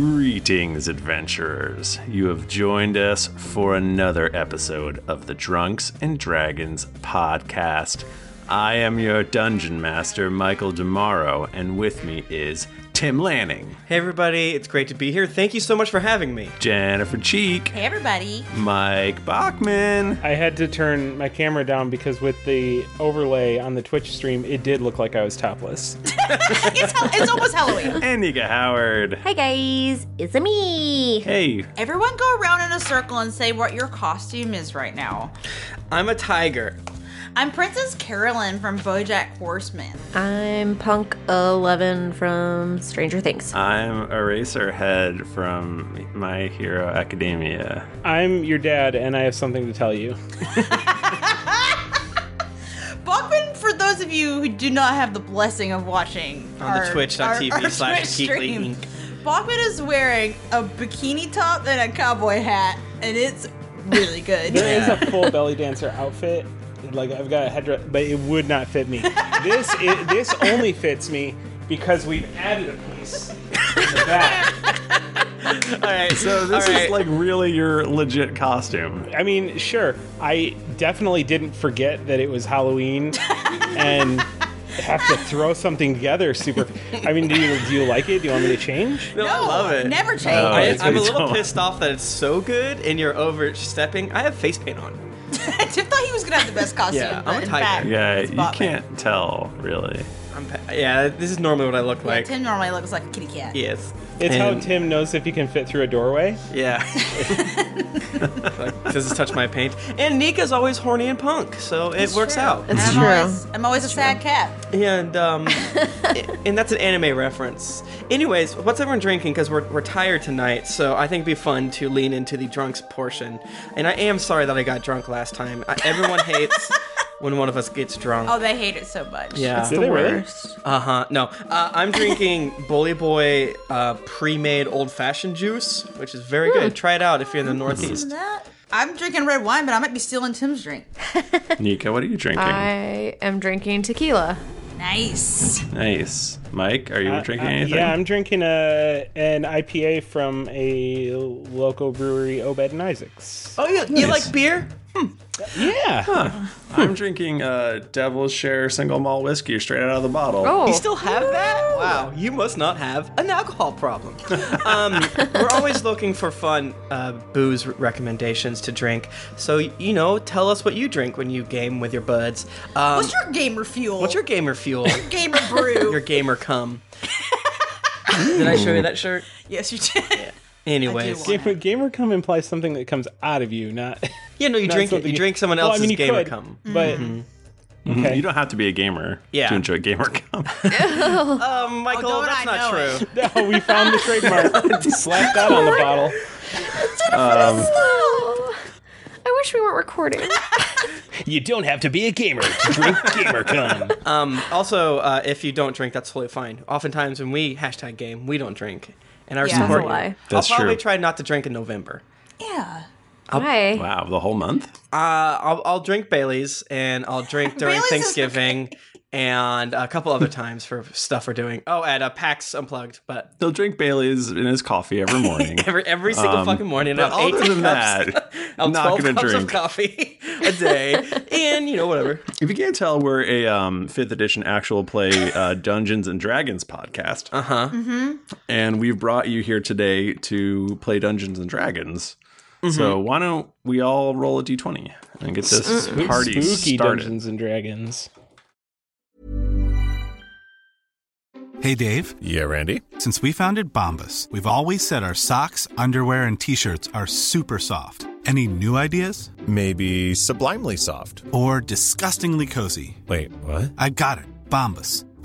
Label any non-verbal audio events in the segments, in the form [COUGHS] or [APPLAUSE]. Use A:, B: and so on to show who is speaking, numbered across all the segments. A: Greetings, adventurers. You have joined us for another episode of the Drunks and Dragons podcast. I am your dungeon master, Michael Demaro, and with me is Tim Lanning,
B: Hey everybody, it's great to be here. Thank you so much for having me.
A: Jennifer Cheek,
C: Hey, everybody.
A: Mike Bachman,
D: I had to turn my camera down because with the overlay on the Twitch stream, it did look like I was
C: [LAUGHS]
D: topless.
C: It's, hel- it's almost Halloween.
A: and Nika Howard.
E: Hi guys, it's me.
A: Hey,
C: Everyone go around in a circle and say what your costume is right now.
B: I'm a tiger.
C: I'm Princess Carolyn from Bojack Horseman.
E: I'm Punk Eleven from Stranger Things.
A: I'm Eraserhead from My Hero Academia.
D: I'm your dad, and I have something to tell you.
C: Bachman, for those of you who do not have the blessing of watching
B: On the twitch.tv slash
C: Twitch
B: Geekly
C: stream,
B: Inc.
C: Bachman is wearing a bikini top and a cowboy hat, and it's really
B: [LAUGHS]
C: good.
D: There is a full belly dancer outfit. Like I've got a headdress, but it would not fit me. This i this only fits me because we've added a piece. in the back.
B: [LAUGHS] All right,
A: So this is like really your legit costume.
D: I mean, sure, I definitely didn't forget that it
B: [LAUGHS]
D: was Halloween, and have to throw something together. Super. I mean, do you do you like it? Do you want me to change?
B: no, I
C: No,
B: love it.
C: Never change. [LAUGHS]
A: Oh,
B: Uh, I,
A: it's
B: I'm a
A: pretty
B: little
A: cool.
B: pissed off that it's so good and you're overstepping. I have face paint on.
C: Tip thought he was gonna have the best
B: [LAUGHS]
C: costume.
B: Yeah, I'm
C: but
B: a
C: in
B: tiger. [LAUGHS]
C: fact,
A: Yeah,
C: it's
A: you
C: Bachman.
A: can't tell really.
B: I'm pa- yeah, this is normally what I look like.
C: Tim normally looks like a kitty cat.
B: yes.
D: It's how
B: And-
D: Tim knows if he can fit through a doorway.
B: Yeah. [LAUGHS] like, does this touch my paint? And Nika's always horny and punk, so it works
C: true.
B: out.
C: And
E: It's
C: I'm
E: true.
C: Always, I'm always a sad cat.
B: And
C: [LAUGHS]
B: um, and that's an anime reference. Anyways, what's everyone drinking? Because we're, we're tired tonight, so I think it'd be fun to lean into the drunks portion. And I am sorry that I got drunk last time. I, everyone
C: [LAUGHS]
B: hates when one of us gets drunk.
C: Oh, they hate it so much.
B: yeah.
D: Did they really?
B: Uh huh. No, uh, I'm drinking Bully Boy uh, pre-made old-fashioned juice, which is very
D: Hmm.
B: good. Try it out if you're in the Northeast.
C: That- I'm drinking red wine, but I might be stealing Tim's drink.
A: Nika, what are you drinking?
E: I am drinking tequila.
C: Nice.
A: Nice. Mike, are you drinking
D: Uh,
A: anything?
D: Yeah, I'm drinking a an IPA from a local brewery, Obed and Isaacs.
B: Oh, you, you
D: Hmm.
B: like beer?
D: Yeah,
A: I'm drinking uh, Devil's Share single malt whiskey straight out of the bottle.
E: Oh,
B: You still have that? Wow, you must not have an alcohol
D: [LAUGHS]
B: problem. um, we're always looking for fun uh, booze recommendations to drink. So, you know, tell us what you drink when you game with your buds. Um,
C: What's your gamer fuel?
B: what's your gamer
D: [LAUGHS]
B: fuel?
C: gamer brew?
B: your gamer cum. [LAUGHS] Did I show you that shirt?
C: yes, you did.
B: Anyways,
C: I do
D: gamer, gamer cum implies something that comes out of you, not
B: yeah, no, you
D: [LAUGHS] not
B: drink it.
D: something
B: You drink someone
D: Well,
B: else's
D: I mean, you
B: gamer
D: could,
B: cum. Mm-hmm.
D: but [LAUGHS] okay.
A: Mm-hmm. You don't have to be a gamer
B: Yeah.
A: to enjoy gamer cum.
C: [LAUGHS]
B: Um, Michael,
C: Oh, don't
B: that's
C: I
B: not
C: know it.
B: true.
D: No, we found the
C: [LAUGHS]
D: trademark. Slap that on the bottle.
A: Um,
E: Oh, I wish we weren't [LAUGHS] recording.
D: You don't have to be a gamer to drink gamer cum.
B: Um, also, uh, if you don't drink, that's totally fine. Oftentimes, when we hashtag game, we don't drink, and I
C: Yeah.
B: support
C: That's a
B: you.
E: lie.
A: That's
B: I'll probably
A: true.
B: try not to drink in November.
C: Yeah.
E: Hi.
A: Wow, the whole month?
B: Uh, I'll, I'll drink Bailey's and I'll drink during
C: Bailey's is
B: Thanksgiving and a couple other times for stuff we're doing. Oh, at a PAX Unplugged, but
A: He'll drink Bailey's in his coffee every morning.
B: [LAUGHS] every every single
A: Um,
B: fucking morning.
A: but
B: I'll eight [LAUGHS]
A: other
B: cups,
A: than that,
B: I'll
A: not
B: 12
A: gonna
B: cups
A: drink.
B: of coffee [LAUGHS] a day, and you know whatever.
A: If you can't tell, we're a um, fifth edition actual play uh, Dungeons and Dragons podcast. Uh huh.
C: Uh-huh. Mm-hmm.
A: And we've brought you here today to play Dungeons and Dragons.
C: Mm-hmm.
A: So why don't we all roll a d20 and get this party
D: Spooky
A: started?
D: Dungeons and Dragons.
F: Hey Dave,
G: Yeah, Randy.
F: since we founded Bombus, we've always said our socks, underwear, and t shirts are super soft. Any new ideas?
G: Maybe sublimely soft.
F: Or disgustingly cozy?
G: Wait, what?
F: I got it, Bombus.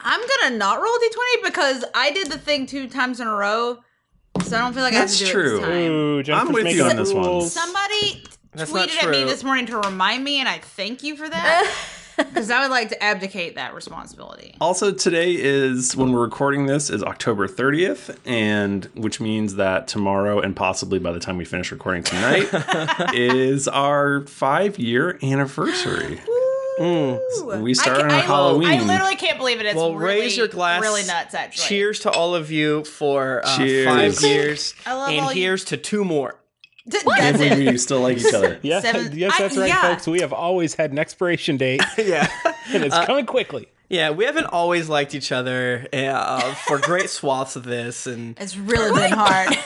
C: I'm gonna not roll d20 because I did the thing two times in a row, so I don't feel like
A: That's
C: I have to do
A: true.
C: it this time.
A: Ooh, Jennifer's I'm with Mm, you on this one.
C: S- Somebody
A: That's not
C: tweeted at me
A: true. [LAUGHS]
C: this morning to remind me, and I thank you
E: [LAUGHS]
C: for that because I would like to abdicate that responsibility.
A: Also, today is when we're recording this is October 30th, and which means that tomorrow and possibly by the time we finish recording
C: [LAUGHS]
A: tonight is our five year anniversary. We start on
C: I,
A: Halloween.
C: I literally can't believe it. It's
B: well,
C: really,
B: raise your glass.
C: Really nuts, actually.
B: Cheers to all of you for uh,
A: Cheers.
B: five years,
C: I love
B: and
C: all you-
B: here's to two more.
C: That's it.
A: we still like each other.
D: Yeah,
C: [LAUGHS] Seven-
D: [LAUGHS] yes,
C: I-
D: that's right,
C: yeah.
D: folks. We have always had an expiration
A: [LAUGHS]
D: date.
B: yeah,
D: [LAUGHS] and
A: Uh,
D: it's coming quickly.
B: Yeah, we haven't always liked each other uh, for great swaths of this, and
C: It's really been hard.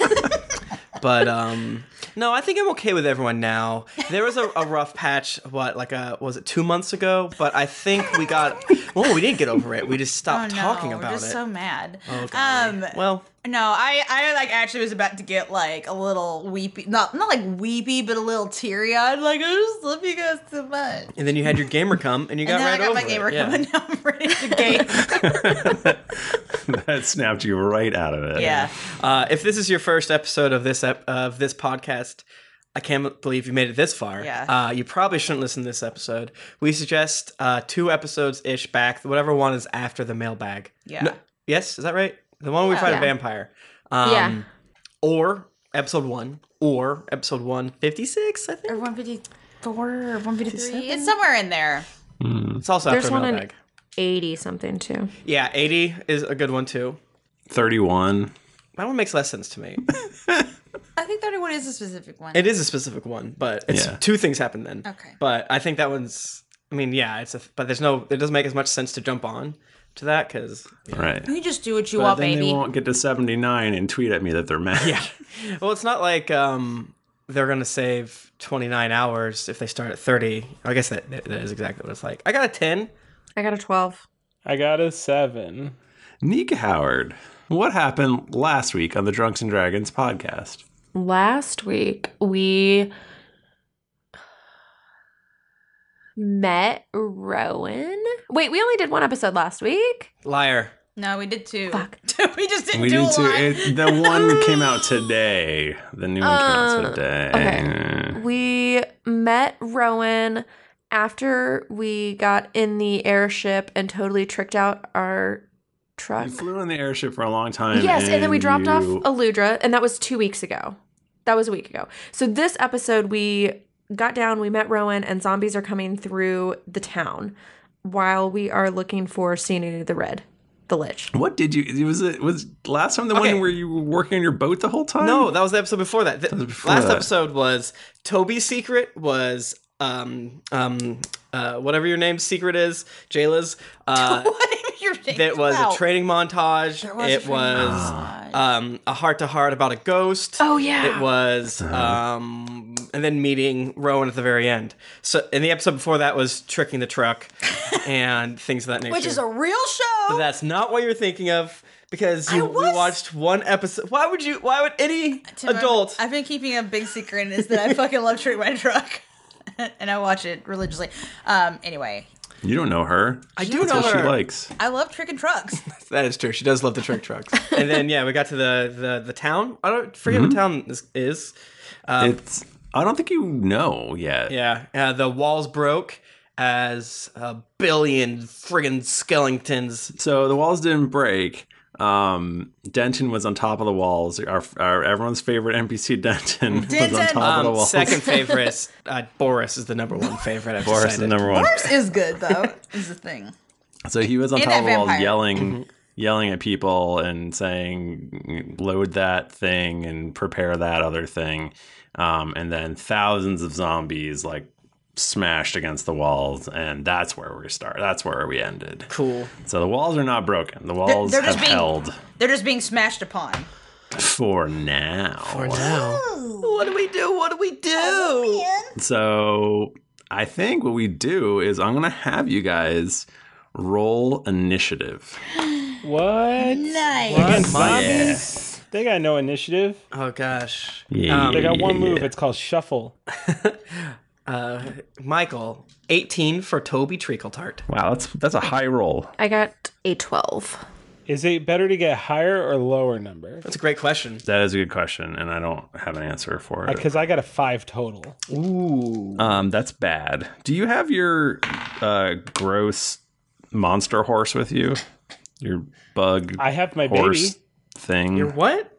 B: but um, no, I think I'm okay with everyone now. There was a, a rough patch, what like a was it two months ago? But I think we got well, we didn't get over it. We just stopped
C: Oh,
B: talking
C: no,
B: about
C: we're just
B: it.
C: so mad.
B: Oh, golly.
C: um,
B: well,
C: no, I, I like actually was about to get like a little weepy, not not like weepy, but a little teary eyed. Like I just love you guys so much.
B: and then you had your gamer come, and you got
C: and then
B: right
C: I got
B: over
C: my gamer
B: it. Yeah.
C: coming now I'm ready to game.
A: [LAUGHS] that snapped you right out of it.
C: yeah.
B: Uh, if this is your first episode of this ep- of this podcast, I can't believe you made it this far.
C: Yeah.
B: Uh, you probably shouldn't listen to this episode. We suggest uh, two episodes ish back. Whatever one is after the mailbag.
C: Yeah.
B: yes, is that right? The one where we
C: Yeah.
B: fight
C: Yeah.
B: a vampire. Um,
E: Yeah.
B: Or episode one, or episode one fifty six. I think
E: Or 154 or 153.
C: It's somewhere in there.
A: Hmm.
B: it's also
E: There's
B: after
E: one
B: the
E: on-
B: mailbag.
E: 80 something too.
B: Yeah, eighty is a good one too.
A: 31.
B: That one makes less sense to me.
C: I think 31 is a specific one.
B: It is a specific one, but it's
A: Yeah.
B: two things happen then.
C: Okay. [LAUGHS]
B: But I think that one's. I mean, yeah, it's a. But there's no. It doesn't make as much sense to jump on to that because.
A: Right.
C: You just do what you
A: But
C: want,
A: then they
C: baby.
A: won't get to 79 and tweet at me that they're mad. [LAUGHS] Yeah.
B: Well, it's not like um they're gonna save 29 hours if they start at 30. I guess that that is exactly what it's like. I got a 10.
E: I got a 12.
D: I got a seven.
A: Nika Howard, what happened last week on the Drunks and Dragons podcast?
E: Last week, we met Rowan. Wait, we only did one episode last week.
B: Liar.
C: No, we did two.
E: Fuck.
C: we just didn't
A: We
C: do a
A: need
C: lot.
A: to. It, the one came out today. The new one came
E: Uh,
A: out today.
E: okay. We met Rowan after we got in the airship and totally tricked out our truck.
A: You flew in the airship for a long time.
E: Yes, and, then we dropped off
A: you-
E: Aludra, and that was two weeks ago. That was a week ago. So this episode, we got down, we met Rowan, and zombies are coming through the town while we are looking for Sinead the Red, the Lich.
A: What did you? Was it was last time the
B: Okay.
A: one where you were working on your boat the whole time?
B: No, that was the episode before that. The
A: before
B: last
A: that.
B: episode was Toby's secret was um um uh whatever your name's secret is Jayla's. Uh,
C: [LAUGHS] What your name's
B: That was a
C: about?
B: training montage.
C: was a
B: it
C: training
B: was
C: montage.
B: um, a heart to heart about a ghost.
E: Oh, yeah.
B: It was, um, and then meeting Rowan at the very end. So, and the episode before that was tricking the
C: [LAUGHS]
B: truck and things of that nature.
C: Which is a real
B: But
C: show.
B: that's not what you're thinking of because
C: I
B: you
C: was-
B: we watched one episode. Why would you? Why would any
C: Tim, I've- [LAUGHS]
B: adult?
C: I've, been keeping a big
B: [LAUGHS]
C: secret [LAUGHS] and is that I fucking love Trick My Truck. and I watch it religiously. Um anyway.
A: You don't know her.
B: I do
A: That's
B: know
A: what
B: her.
A: she likes.
C: I love tricking
A: [LAUGHS]
C: trucks.
B: That is true. She does love the trick trucks. and then yeah, we got to the the, the town. I don't forget
A: Mhm.
B: what town this is. Um,
A: it's I don't think you know yet.
B: yeah. Uh, the walls broke as a billion friggin' skeletons.
A: So the walls didn't break. Um, Denton was on top of the walls. Our, our everyone's favorite NPC Denton, [LAUGHS] was on top of the
B: Um,
A: walls. [LAUGHS]
B: second favorite. Uh, Boris is the number one favorite. I've
A: Boris is
B: decided.
A: the number one.
C: Horse is good though. Is the thing.
A: So he was on
C: And
A: top of
C: that
A: the walls
C: vampire.
A: yelling, yelling at people and saying, "Load that thing and prepare that other thing," um, and then thousands of zombies like smashed against the walls, and that's where we start. That's where we ended.
B: Cool.
A: So the walls are not broken. The walls
C: they're
A: have
C: just being-
A: held
C: They're just being smashed upon.
A: for now. For now.
B: What do we do? What do we do?
A: So I think what we do is I'm gonna have you guys roll initiative.
D: What?
C: Nice.
D: Against
A: What?
D: zombies? They got no initiative.
B: Oh gosh. Um,
A: Yeah.
D: they got one move. It's called shuffle.
B: [LAUGHS] Uh, Michael, eighteen for Toby Treacle Tart.
A: Wow, that's that's a high roll.
E: I got a 12.
D: Is it better to get higher or lower number?
B: That's a great question.
A: That is a good question, and I don't have an answer for it.
D: Because I got a five total.
B: Ooh.
A: Um, that's bad. Do you have your uh, gross monster horse with you? Your bug.
D: I have my
A: horse
D: baby.
A: thing.
B: Your what?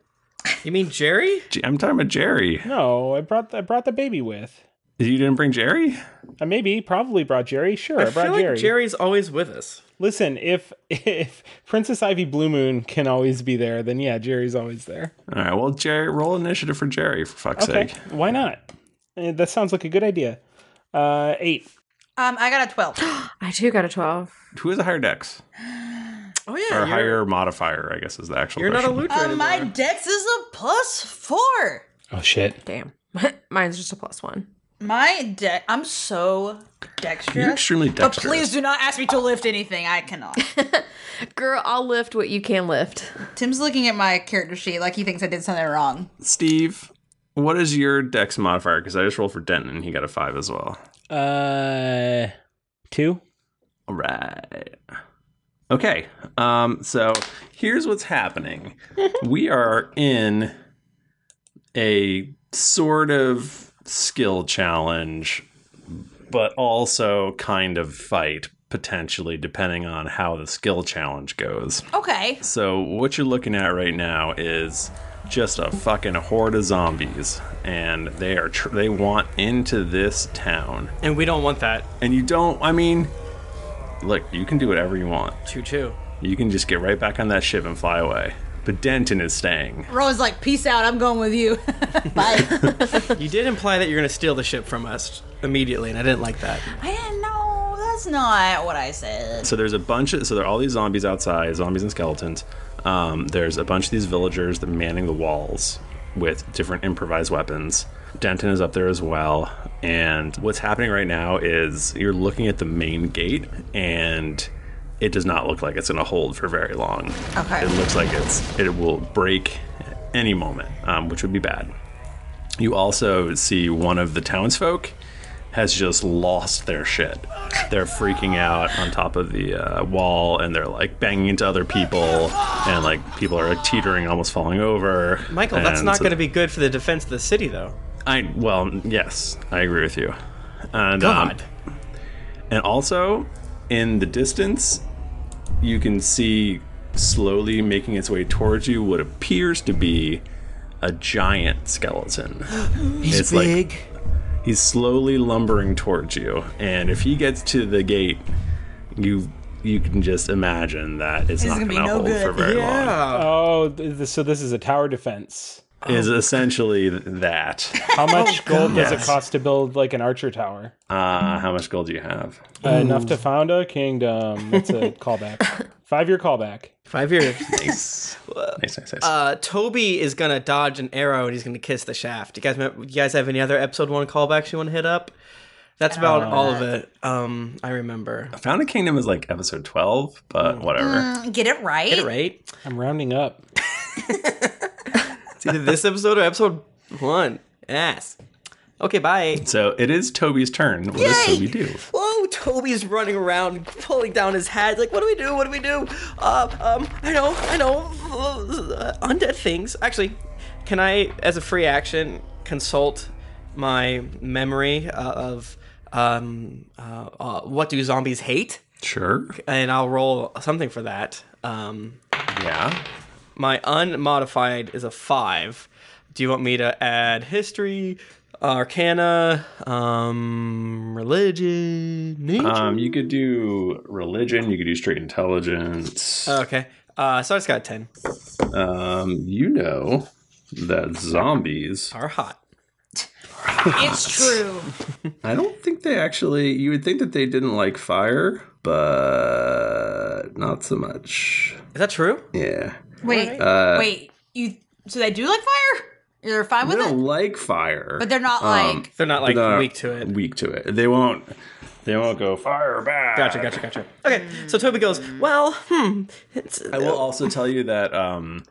B: You mean Jerry?
A: Gee, I'm talking about Jerry.
D: No, I brought I brought the baby with.
A: You didn't bring Jerry.
D: I Uh, maybe probably brought Jerry. Sure, I,
B: I
D: brought
B: feel like
D: Jerry.
B: Jerry's always with us.
D: Listen, if if Princess Ivy Blue Moon can always be there, then yeah, Jerry's always there.
A: All right. Well, Jerry, roll initiative for Jerry for fuck's
D: Okay,
A: sake.
D: why not? Eh, That sounds like a good idea. Uh, eight.
C: Um, I got a
B: [GASPS]
C: twelve.
E: I too got a 12.
A: Who has a higher dex
B: Oh
A: or higher modifier? I guess is the actual. question.
C: Uh, my dex is a plus four.
D: Oh shit!
E: Damn. Mine's just a plus one.
C: My dex. I'm so dexterous.
E: You're extremely
C: But please
E: dexterous.
C: do not ask me to lift anything. I cannot.
E: [LAUGHS] Girl, I'll lift what you can lift.
C: Tim's looking at my character sheet like he thinks I did something wrong.
A: Steve, what is your dex modifier? Because I just rolled for Denton and he got a five as well.
D: Uh, two.
A: All right. Okay. Um, so here's what's happening. we are in a sort of skill challenge, but also kind of fight, potentially, depending on how the skill challenge goes.
C: Okay.
A: So what you're looking at right now is just a fucking horde of zombies, and they are tr- they want into this town,
B: and we don't want
A: [LAUGHS]
B: that.
A: And you don't. I mean, look, you can do whatever you want.
B: Choo choo.
A: You can just get right back on that ship and fly away. But Denton is staying.
C: Rowan's like, peace out. I'm going
E: [LAUGHS]
C: with you. [LAUGHS]
B: you did imply that you're going to steal the ship from us immediately, and I didn't like that.
C: I didn't know. Oh, That's not what I said.
A: So there's a bunch of so there are all these zombies outside, zombies and skeletons. Um, there's a bunch of these villagers that are manning the walls with different improvised weapons. Denton is up there as well. And what's happening right now is you're looking at the main gate, and it does not look like it's going to hold for very long.
C: Okay.
A: It looks like it's it will break at any moment, um, which would be bad. You also see one of the townsfolk has just lost their shit. They're freaking out on top of the uh, wall, and they're like banging into other people, and like people are like, teetering, almost falling over.
B: Michael, that's
A: And
B: not
A: so-
B: going to be good for the defense of the city, though.
A: I well, yes, I agree with you. And
B: God.
A: Um, and also in the distance, you can see slowly making its way towards you what appears to be a giant skeleton.
H: He's big.
A: Like, he's slowly lumbering towards you, and if he gets to the gate, you you can just imagine that it's not going to hold for very long.
D: Oh, th- th- so this is a tower defense.
A: Is essentially that.
D: How much
B: Oh,
D: gold does it
A: Yes.
D: cost to build like an archer tower?
A: [LAUGHS] Uh, how much gold do you have?
D: Uh, enough to found a kingdom.
B: [LAUGHS]
D: That's a callback. Five year callback.
B: Five years.
A: nice. Nice, nice, nice.
B: Uh, Toby is going to dodge an arrow and he's going to kiss the shaft. You guys, remember, you guys have any other episode one callbacks you want to hit up? That's about all of it. Um, I remember.
A: Founded Kingdom is like episode 12, but whatever.
C: Mm, get it right.
B: Get it right.
D: I'm rounding up.
B: [LAUGHS]
D: [LAUGHS]
B: It's either this episode or episode one. Ass. Okay, bye.
A: So it is Toby's turn. What does
B: Yay!
A: Toby do?
B: Whoa, Oh, Toby's running around, pulling down his hat. Like, what do we do? What do we do? Uh, um, I know, I know. Uh, undead things. Actually, can I, as a free action, consult my memory uh, of um, uh, uh, what do zombies hate?
A: Sure.
B: And I'll roll something for that. Um,
A: yeah.
B: My unmodified is a five. Do you want me to add history, arcana, um, religion, nature?
A: Um, you could do religion. You could do straight intelligence.
B: okay. Uh, so I just got a 10.
A: Um, you know that zombies
B: are hot.
A: [LAUGHS]
C: It's true.
A: I don't think they actually. You would think that they didn't like fire, but not so much.
B: Is that true?
A: Yeah.
C: Wait,
A: Uh,
C: wait. You so they do like fire? They're fine
A: They
C: with it?
A: don't like fire, Um,
C: But they're not like-
B: They're not, like, weak to it.
A: Weak to it. They won't. They won't go fire back.
B: Gotcha, gotcha, gotcha. Okay, so Toby goes, well, hmm. It's,
A: I will also tell you that um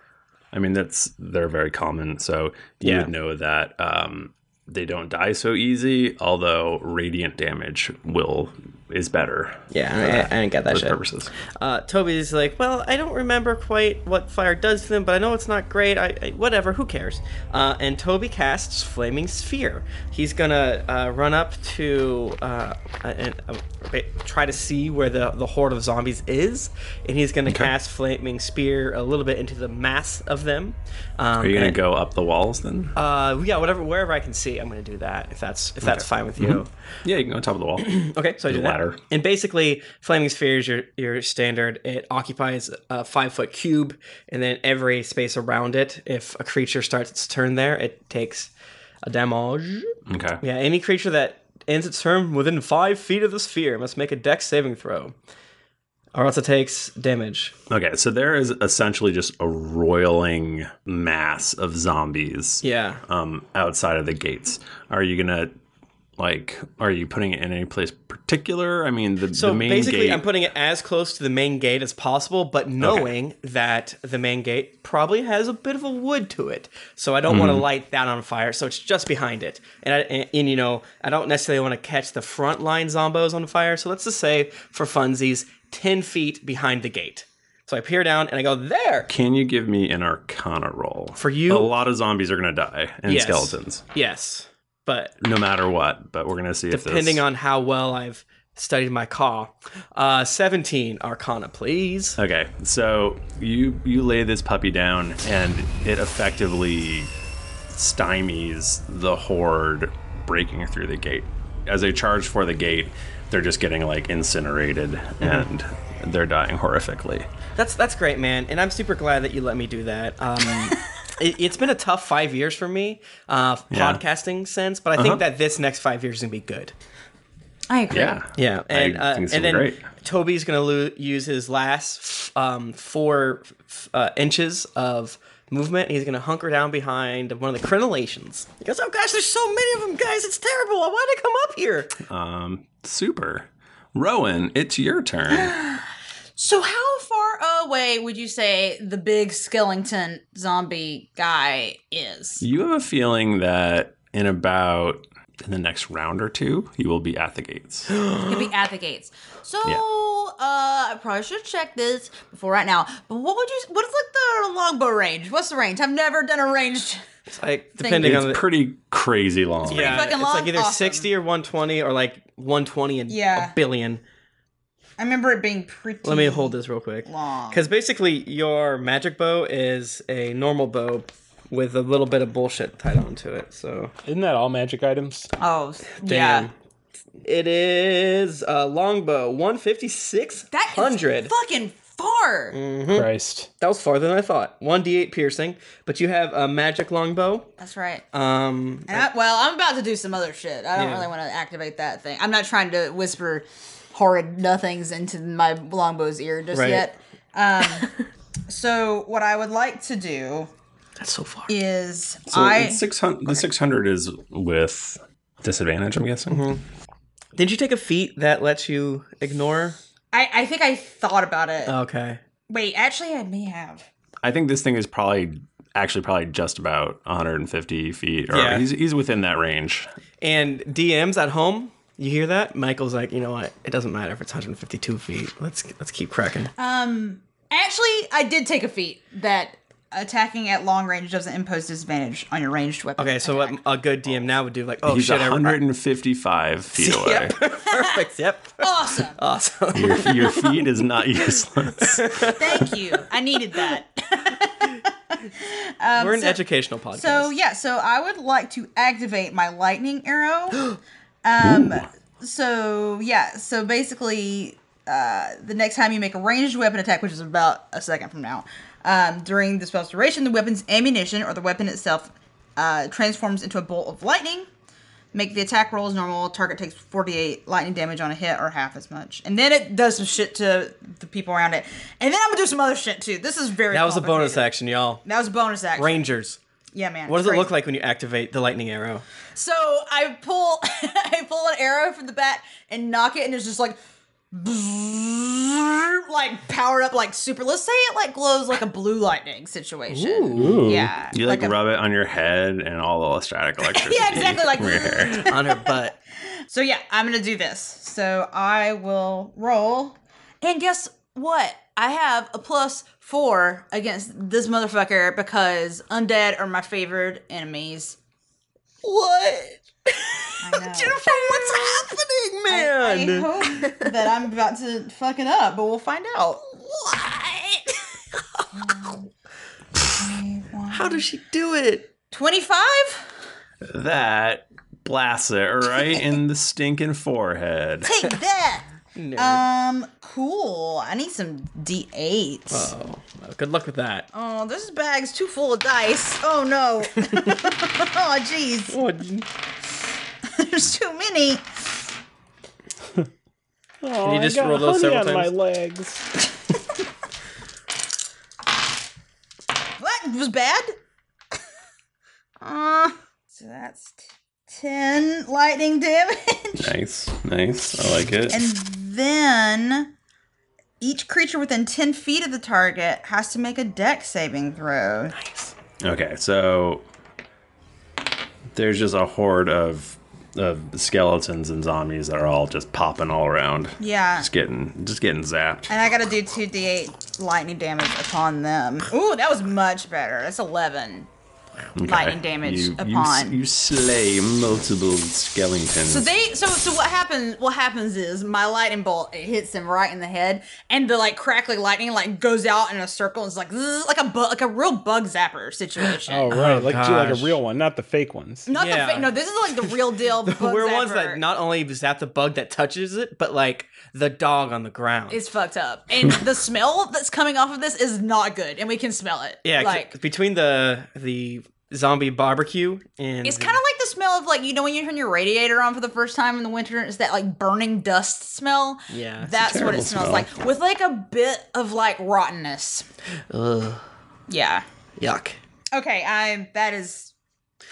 A: I mean that's they're very common, so you
B: Yeah.
A: would know that um they don't die so easy, although radiant damage will is better.
B: Yeah, I- I didn't get that
A: those
B: shit.
A: Purposes.
B: Uh, Toby's like, well, I don't remember quite what fire does to them, but I know it's not great. I, I whatever, who cares? Uh, and Toby casts flaming sphere. He's gonna uh, run up to uh, and uh, ba- try to see where the the horde of zombies is, and he's gonna cast flaming spear a little bit into the mass of them. Um,
A: Are you gonna
B: and-
A: go up the walls then?
B: Uh, yeah, whatever, wherever I can see, I'm gonna do that. If that's if that's
A: Okay.
B: fine with you.
A: Mhm. Yeah, you can go on top of the wall.
B: [CLEARS THROAT] okay, so I
A: The
B: do that.
A: ladder.
B: And basically, flaming sphere is your your standard. It occupies a five foot cube, and then every space around it. If a creature starts its turn there, it takes a damage.
A: Okay.
B: Yeah, any creature that ends its turn within five feet of the sphere must make a dex saving throw, or else it takes damage.
A: Okay, so there is essentially just a roiling mass of zombies.
B: Yeah.
A: Um, outside of the gates. Are you gonna like? Are you putting it in any place particular? I mean, the,
B: So
A: the main
B: basically,
A: gate.
B: I'm putting it as close to the main gate as possible, but knowing that the main gate probably has a bit of a wood to it, so I don't want to
A: Mhm.
B: light that on fire. So it's just behind it, and I, and, and, you know I don't necessarily want to catch the front line zombos on fire. So let's just say for funsies, ten feet behind the gate. So I peer down and I go there.
A: Can you give me an Arcana roll
B: for you?
A: A lot of zombies are gonna die and
B: Yes.
A: skeletons,
B: Yes, but
A: no matter what. But we're gonna see if
B: depending
A: this...
B: on how well I've studied my call, uh, seventeen Arcana, please.
A: Okay, so you you lay this puppy down, and it effectively stymies the horde breaking through the gate. As they charge for the gate, they're just getting like incinerated,
B: Mm-hmm.
A: and they're dying horrifically.
B: That's that's great, man, and I'm super glad that you let me do that.
C: [LAUGHS]
B: Um, it, it's been a tough five years for me, uh,
A: Yeah.
B: podcasting sense, but I
A: Uh-huh.
B: think that this next five years is gonna be good.
C: I agree.
A: Yeah,
B: yeah,
A: I
B: and uh,
A: think it's
B: and
A: gonna
B: then
A: be
B: Toby's gonna lo- use his last um, four f- uh, inches of movement. He's gonna hunker down behind one of the crenellations. He goes, "Oh gosh, there's so many of them, guys! It's terrible! Why would I come up here?"
A: Um, super, Rowan, it's your turn.
C: So how far away would you say the big skeleton zombie guy is?
A: You have a feeling that in about in the next round or two, you will be at the gates.
C: [GASPS]
B: [GASPS]
C: Could be at the gates. So
A: Yeah.
C: uh I probably should check this before right now. But what would you what is like the longbow range? What's the range? I've never done a ranged
B: It's like
C: Thank
B: depending
C: you.
B: on
A: it's
B: the
A: pretty crazy long.
B: yeah,
C: fucking
B: it's
C: long?
B: like either
C: Awesome.
B: sixty or one twenty or like one twenty and
C: Yeah.
B: a billion.
C: I remember it being pretty
B: Let me hold this real quick.
C: long.
B: Because basically, your magic bow is a normal bow with a little bit of bullshit tied onto it. So
D: Isn't that all magic items?
C: Oh,
B: damn. It is a longbow, one fifty six hundred. Mm. Mm-hmm.
C: Fucking far.
D: Christ,
B: that was farther than I thought. One d eight piercing, but you have a magic longbow.
C: That's right.
B: Um,
C: And I, well, I'm about to do some other shit. I don't
B: Yeah.
C: really want to activate that thing. I'm not trying to whisper horrid nothings into my longbow's ear just
B: Right.
C: yet. Um,
B: [LAUGHS]
C: so what I would like to do
B: that's so far
C: is
A: So
C: I
A: it's 600, the 600 is with disadvantage, I'm guessing.
B: did you take a feat that lets you ignore?
C: I I think I thought about it.
B: Okay,
C: Wait, actually, I may have.
A: I think this thing is probably actually probably just about 150 feet or
B: Yeah.
A: he's, he's within that range.
B: and DMs at home. You hear that? Michael's like, you know what? It doesn't matter if it's 152 feet. Let's let's keep cracking.
C: Um, actually, I did take a feat that attacking at long range doesn't impose disadvantage on your ranged weapon.
B: Okay, so what a good DM now would do, like, oh
A: He's
B: shit, I- [LAUGHS]
A: 155
C: [LAUGHS]
A: feet away.
B: perfect. Yep.
C: Awesome.
B: [LAUGHS] Awesome.
A: Your, your feet is not [LAUGHS] useless.
C: Thank you. I needed that. [LAUGHS] [LAUGHS] Um,
B: We're an
C: so-
B: educational podcast.
C: So yeah, so I would like to activate my
B: [GASPS]
C: lightning arrow. um so yeah, so basically uh the next time you make a ranged weapon attack, which is about a second from now, um during the spell's duration, the weapon's ammunition or the weapon itself uh transforms into a bolt of lightning. Make the attack roll as normal. Target takes 48 lightning damage on a hit or half as much. And then it does some shit to the people around it. And then I'm gonna do some other shit too. This is very
B: that was a
C: complicated.
B: bonus action, y'all.
C: That was a bonus action.
B: Rangers.
C: Yeah, man.
B: What does it
C: it's crazy.
B: look like when you activate the lightning arrow?
C: So I pull, [LAUGHS] I pull an arrow from the bat and knock it, and it's just like, like powered up, like super. Let's say it like glows like a blue lightning situation. Yeah,
A: You like, rub it on your head and all the
C: [LAUGHS]
A: static electricity.
C: Yeah, exactly, like-
A: from your hair.
B: on her butt.
C: So yeah, I'm gonna do this. So I will roll, and guess what? I have a plus four against this motherfucker because undead are my favorite enemies. What? [LAUGHS] Jennifer, what's happening, man? I, hope that I'm about to fuck it up, but we'll find out. What? How
B: does she do it?
C: Twenty-five.
A: That blasts it right in the stinking forehead.
C: Take that.
B: Nerd.
C: Um, cool. I need some d8s.
B: Oh, well, good luck with that.
C: Oh, this bag's too full of dice. Oh
B: [LAUGHS]
C: no. [LAUGHS] oh jeez. [LAUGHS] There's too
D: [LAUGHS]
C: many.
D: Oh,
B: you
D: I
B: just
D: got
B: roll those
D: honey
B: several
D: on
B: times?
D: my legs.
C: [LAUGHS] What It was bad? [LAUGHS] Uh, so that's t- ten lightning damage,
A: Nice, nice. I like it.
C: and then each creature within ten feet of the target has to make a deck saving throw. Nice.
A: Okay, so there's just a horde of of skeletons and zombies that are all just popping all around.
C: Yeah.
A: Just getting just getting zapped.
C: And I gotta do two d8 lightning damage upon them. Ooh, that was much better. That's eleven.
A: Okay.
C: Lightning damage
A: you, you s-
C: upon.
A: You, slay multiple skeletons.
C: So they so so what happens what happens is my lightning bolt it hits him right in the head and the like crackly lightning like goes out in a circle and it's like zzz, like a bu- like a real bug zapper
B: [LAUGHS]
C: situation.
D: Oh right, like do like
B: gosh.
D: a real one, not the fake ones.
C: Not
B: Yeah.
C: the fa- no, this is like the
B: [LAUGHS]
C: real deal bug
B: We're
C: zapper.
B: ones that not only is that the bug that touches it, but like the dog on the ground.
C: is fucked up.
B: [LAUGHS]
C: And the smell that's coming off of this is not good and we can smell it.
B: yeah, 'cause
C: Like
B: between the the zombie barbecue and
C: it's kind of like the smell of like you know when you turn your radiator on for the first time in the winter it's that like burning dust smell.
B: yeah, it's a
C: That's what
B: terrible
C: it smells
B: smell.
C: like with like a bit of like rottenness.
B: Ugh.
C: Yeah.
B: Yuck.
C: Okay, I that is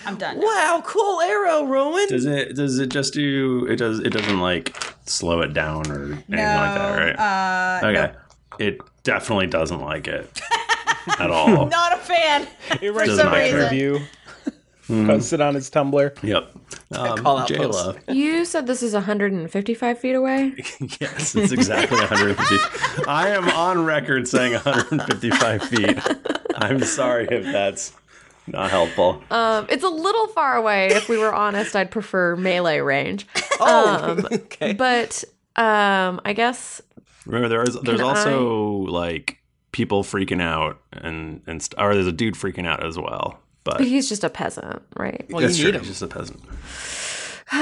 C: I'm done.
B: Wow, cool arrow, Rowan.
A: Does it does it just do it does it doesn't like slow it down or anything like that, right?
C: uh,
A: okay. It definitely doesn't like
C: [LAUGHS]
A: it at all.
C: Not
B: [LAUGHS]
C: a fan.
D: It
A: writes
C: for some
A: in my
C: reason.
D: review.
A: Mm.
D: Post it on his Tumblr.
A: Yep. Um,
D: call out
A: Jayla.
E: [LAUGHS] You said this is 155 feet away.
A: [LAUGHS] Yes, it's exactly 150. I am on record saying 155 feet. I'm sorry if that's not helpful.
E: Um, it's a little far away. If we were honest, I'd prefer melee range.
A: [LAUGHS] Oh,
E: um, But um, I guess
A: Remember, there is there's
E: Can
A: also like people freaking out and and st- or there's a dude freaking out as well. But
E: he's just a peasant, right?
A: that's true, he's just a peasant.
E: [LAUGHS]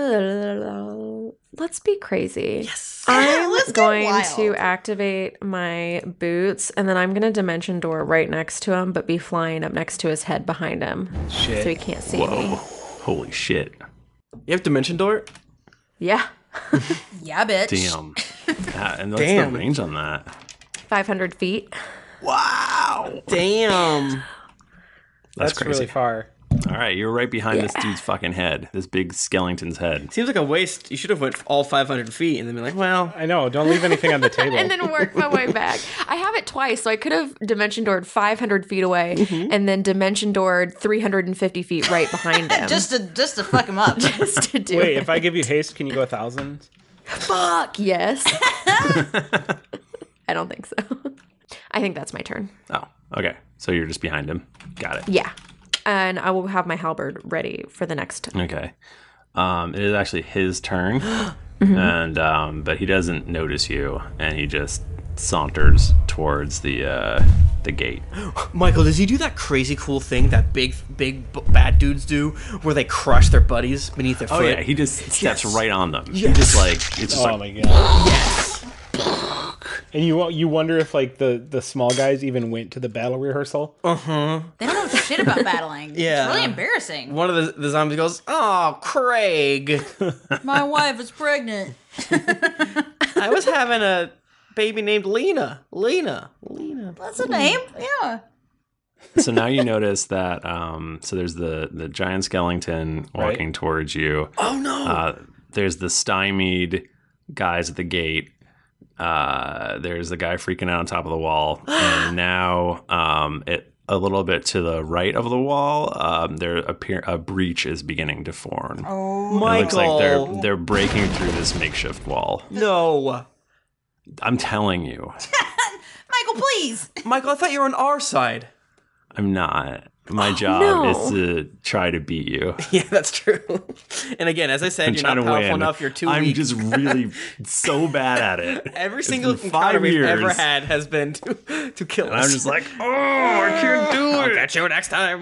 E: Uh, let's be crazy. Yes. I'm going to activate my boots and then I'm going to dimension door right next to him, but be flying up next to his head behind him. So he can't see
A: Whoa!
E: me.
A: Holy shit!
B: You have Dimension Door?
E: Yeah.
C: [LAUGHS] yeah, bitch.
A: Damn. Ah, and what's
B: Damn.
A: the range on that?
E: 500 feet.
B: Damn.
A: That's crazy.
D: really far.
A: All right, you're right behind this
B: Yeah.
A: dude's fucking head, this big skeleton's head.
B: Seems like a waste. You should have went all 500 feet and then been like, well.
D: I know. Don't leave anything on
B: [LAUGHS]
D: the table.
E: and then work my way back. I have it twice, so I could have dimension doored 500 feet away
C: Mm-hmm.
E: and then dimension doored 350 feet right behind
C: [LAUGHS]
E: him.
C: just to just to fuck him
E: [LAUGHS]
C: up.
E: just to do
D: Wait,
E: it.
D: if I give you haste, can you go a thousand?
A: [LAUGHS]
E: Fuck yes. I don't think so. I think that's my turn.
A: Oh, okay. So you're just behind him. Got it.
E: Yeah, and I will have my halberd ready for the next turn.
A: Okay. Um, it is actually his turn, [GASPS]
E: Mhm.
A: and um, but he doesn't notice you, and he just saunters towards the uh, the gate.
B: [GASPS] Michael, does he do that crazy cool thing that big, big b- bad dudes do, where they crush their buddies beneath their
A: Oh
B: foot?
A: yeah, he just steps
B: Yes.
A: right on them. He
B: Yes.
A: just like it's just
D: oh
A: like
D: my
A: [GASPS]
D: god. Yes. And you you wonder if like the the small guys even went to the battle rehearsal.
B: Uh
D: Uh-huh.
B: huh.
C: They don't know shit about
B: [LAUGHS]
C: battling.
B: Yeah.
C: It's really embarrassing.
B: One of the, the zombies goes, "Oh,
D: [LAUGHS]
B: Craig,
C: My wife is pregnant.
B: I was having a baby named Lena. Lena. Lena.
C: That's a name. Yeah.
A: so now you notice that um so there's the the giant skeleton walking towards you
B: oh no
A: uh, there's the stymied guys at the gate uh there's the guy freaking out on top of
B: [GASPS]
A: the wall and now um it a little bit to the right of the wall um there appear a breach is beginning to form
B: Oh,
A: it looks like they're
B: Michael.
A: they're breaking through this makeshift wall
B: No,
A: i'm
B: [LAUGHS]
A: telling you
C: Michael, please.
B: Michael, I thought you were on our side.
A: i'm not
B: [GASPS]
A: my job is to try to beat you
B: [LAUGHS] Yeah, that's true. And again, as I said,
A: I'm
B: you're
A: trying
B: not
A: to
B: powerful
A: win.
B: enough. You're too
A: I'm
B: weak.
A: just
B: [LAUGHS]
A: really so bad at it.
B: Every
A: It's
B: single
A: been
B: encounter
A: five
B: we've
A: years,
B: ever had has been to, to kill
A: And
B: us.
A: I'm
B: [LAUGHS]
A: just like,
B: oh, I can't do it. I'll catch you next time.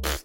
B: Pfft,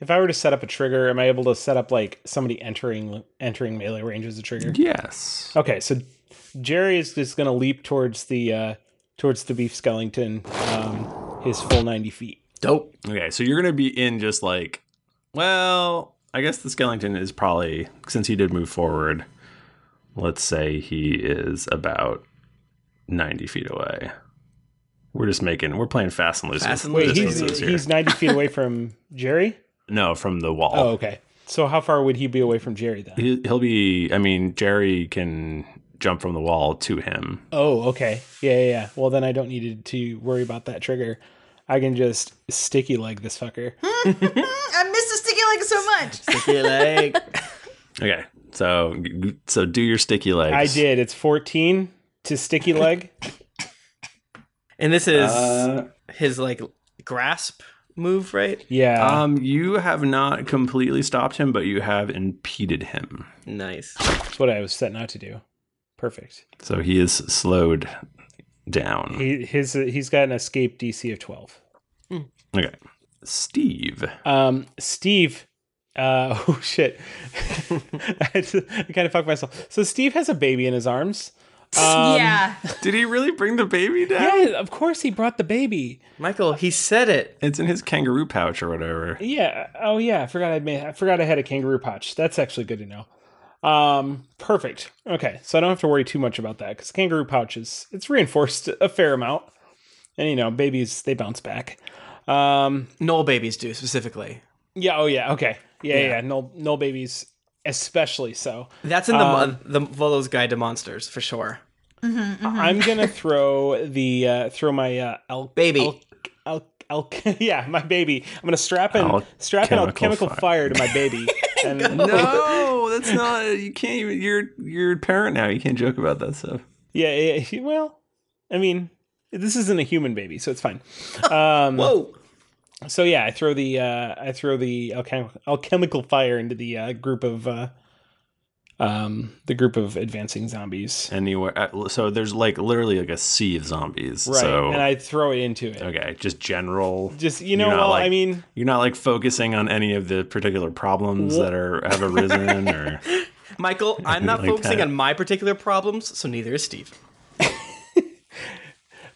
D: if I were to set up a trigger, am I able to set up like somebody entering entering melee range as a trigger?
A: Yes.
D: Okay, so Jerry is just going to leap towards the uh towards the beef skellington um his full 90 feet.
A: Dope. Okay, so you're gonna be in just like, well, I guess the skeleton is probably since he did move forward. Let's say he is about ninety feet away. We're just making we're playing fast and loose. with
D: Wait, he's
A: distances here.
D: he's 90 feet away
A: [LAUGHS]
D: from Jerry?
A: no from the wall.
D: Oh, okay. So how far would he be away from Jerry then?
A: He, he'll be. I mean, Jerry can jump from the wall to him.
D: Oh, okay. Yeah, yeah, yeah. Well, then I don't need to worry about that trigger. I can just sticky leg this fucker.
C: I miss the sticky leg
B: [LAUGHS]
C: so much.
D: Sticky leg.
A: Okay, so so do your sticky legs.
D: I did. It's 14 to sticky leg.
B: And this is
A: Uh,
B: his like grasp move, right?
D: Yeah.
A: Um, you have not completely stopped him, but you have impeded him.
B: Nice.
D: That's what I was setting out to do. Perfect.
A: So he is slowed down.
D: He his uh, he's got an escape DC of 12.
A: Okay. Steve.
D: Um, Steve. Uh, [LAUGHS] oh shit! I, just- I kind of fucked myself. So Steve has a baby in his arms.
C: yeah.
A: Did he really bring the baby down?
D: Um, Yeah, of course he brought the baby.
B: Michael, he said it.
A: It's in his kangaroo pouch or whatever.
D: Yeah. Oh yeah. I forgot I made. I forgot I had a kangaroo pouch. That's actually good to know. Um, perfect. Okay, so I don't have to worry too much about that because kangaroo pouch is it's reinforced a fair amount, and you know babies they bounce back. Um,
B: Null babies do specifically.
D: Yeah. Oh yeah. Okay. Yeah.
B: Yeah.
D: Yeah. No. No babies, especially so.
B: That's in the
D: Um,
B: mon- the Volo's Guide to Monsters for sure.
A: Mm-hmm.
D: I'm gonna throw the uh, throw my uh, elk
B: Baby.
D: Elk, elk, elk, [LAUGHS] yeah, my baby. I'm gonna strap in strap in elk chemical
A: chemical
D: fire.
A: fire.
D: to my
A: [LAUGHS]
D: baby. and [LAUGHS]
A: No, that's not. You can't even. You're you're a parent now. You can't joke about that stuff.
D: Yeah, yeah, yeah, Well, I mean, this isn't a human baby, so it's
A: [LAUGHS]
D: fine. Um,
B: Whoa.
D: So yeah, I throw the uh, I throw the alchem- alchemical fire into the uh, group of uh, um, the group of advancing zombies.
A: Anywhere. uh, So there's like literally like a sea of zombies.
D: Right,
A: So
D: and I throw it into it.
A: okay, just general.
D: Just you know,
A: You're not,
D: well, I
A: like-
D: mean,
A: You're not like focusing on any of the particular problems
D: Wha-
A: that are
B: [LAUGHS]
A: have
D: [LAUGHS]
A: arisen or
B: Michael, I'm not
A: [LAUGHS] Like
B: focusing
A: that.
B: on my particular problems, so neither is Steve.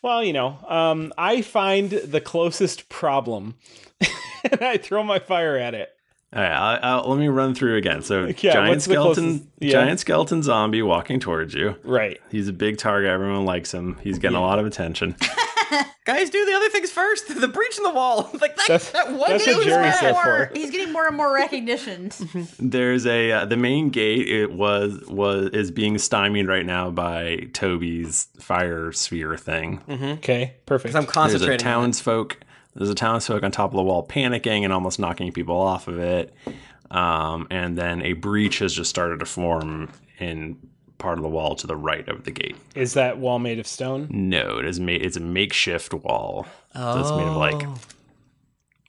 D: Well, you know, um, I find the closest problem [LAUGHS] and I throw my fire at it.
A: All right, Oh, I, I'll, let me run through again. So,
D: Yeah,
A: giant
D: what's the
A: skeleton,
D: closest- yeah.
A: giant skeleton zombie walking towards you.
D: Right.
A: He's a big target. Everyone likes him. He's getting a lot of attention. [LAUGHS]
B: guys, do the other things first. [LAUGHS] The breach in the wall. like that,
D: That's-
B: that one
D: that's what
B: dude is
D: Jerry
B: mad.
D: said.
C: More-
D: for.
C: he's getting more and
B: [LAUGHS]
C: more recognition.
A: There's a uh, the main gate. It was was is being stymied right now by Toby's fire sphere thing.
D: Okay, perfect.
B: Mm-hmm. I'm concentrating.
A: There's a townsfolk. There's a townsfolk on top of the wall, panicking and almost knocking people off of it. Um, and then a breach has just started to form in part of the wall to the right of the gate.
D: Is that wall made of stone?
A: No, it is made. It's a makeshift wall that's made of like
D: Oh.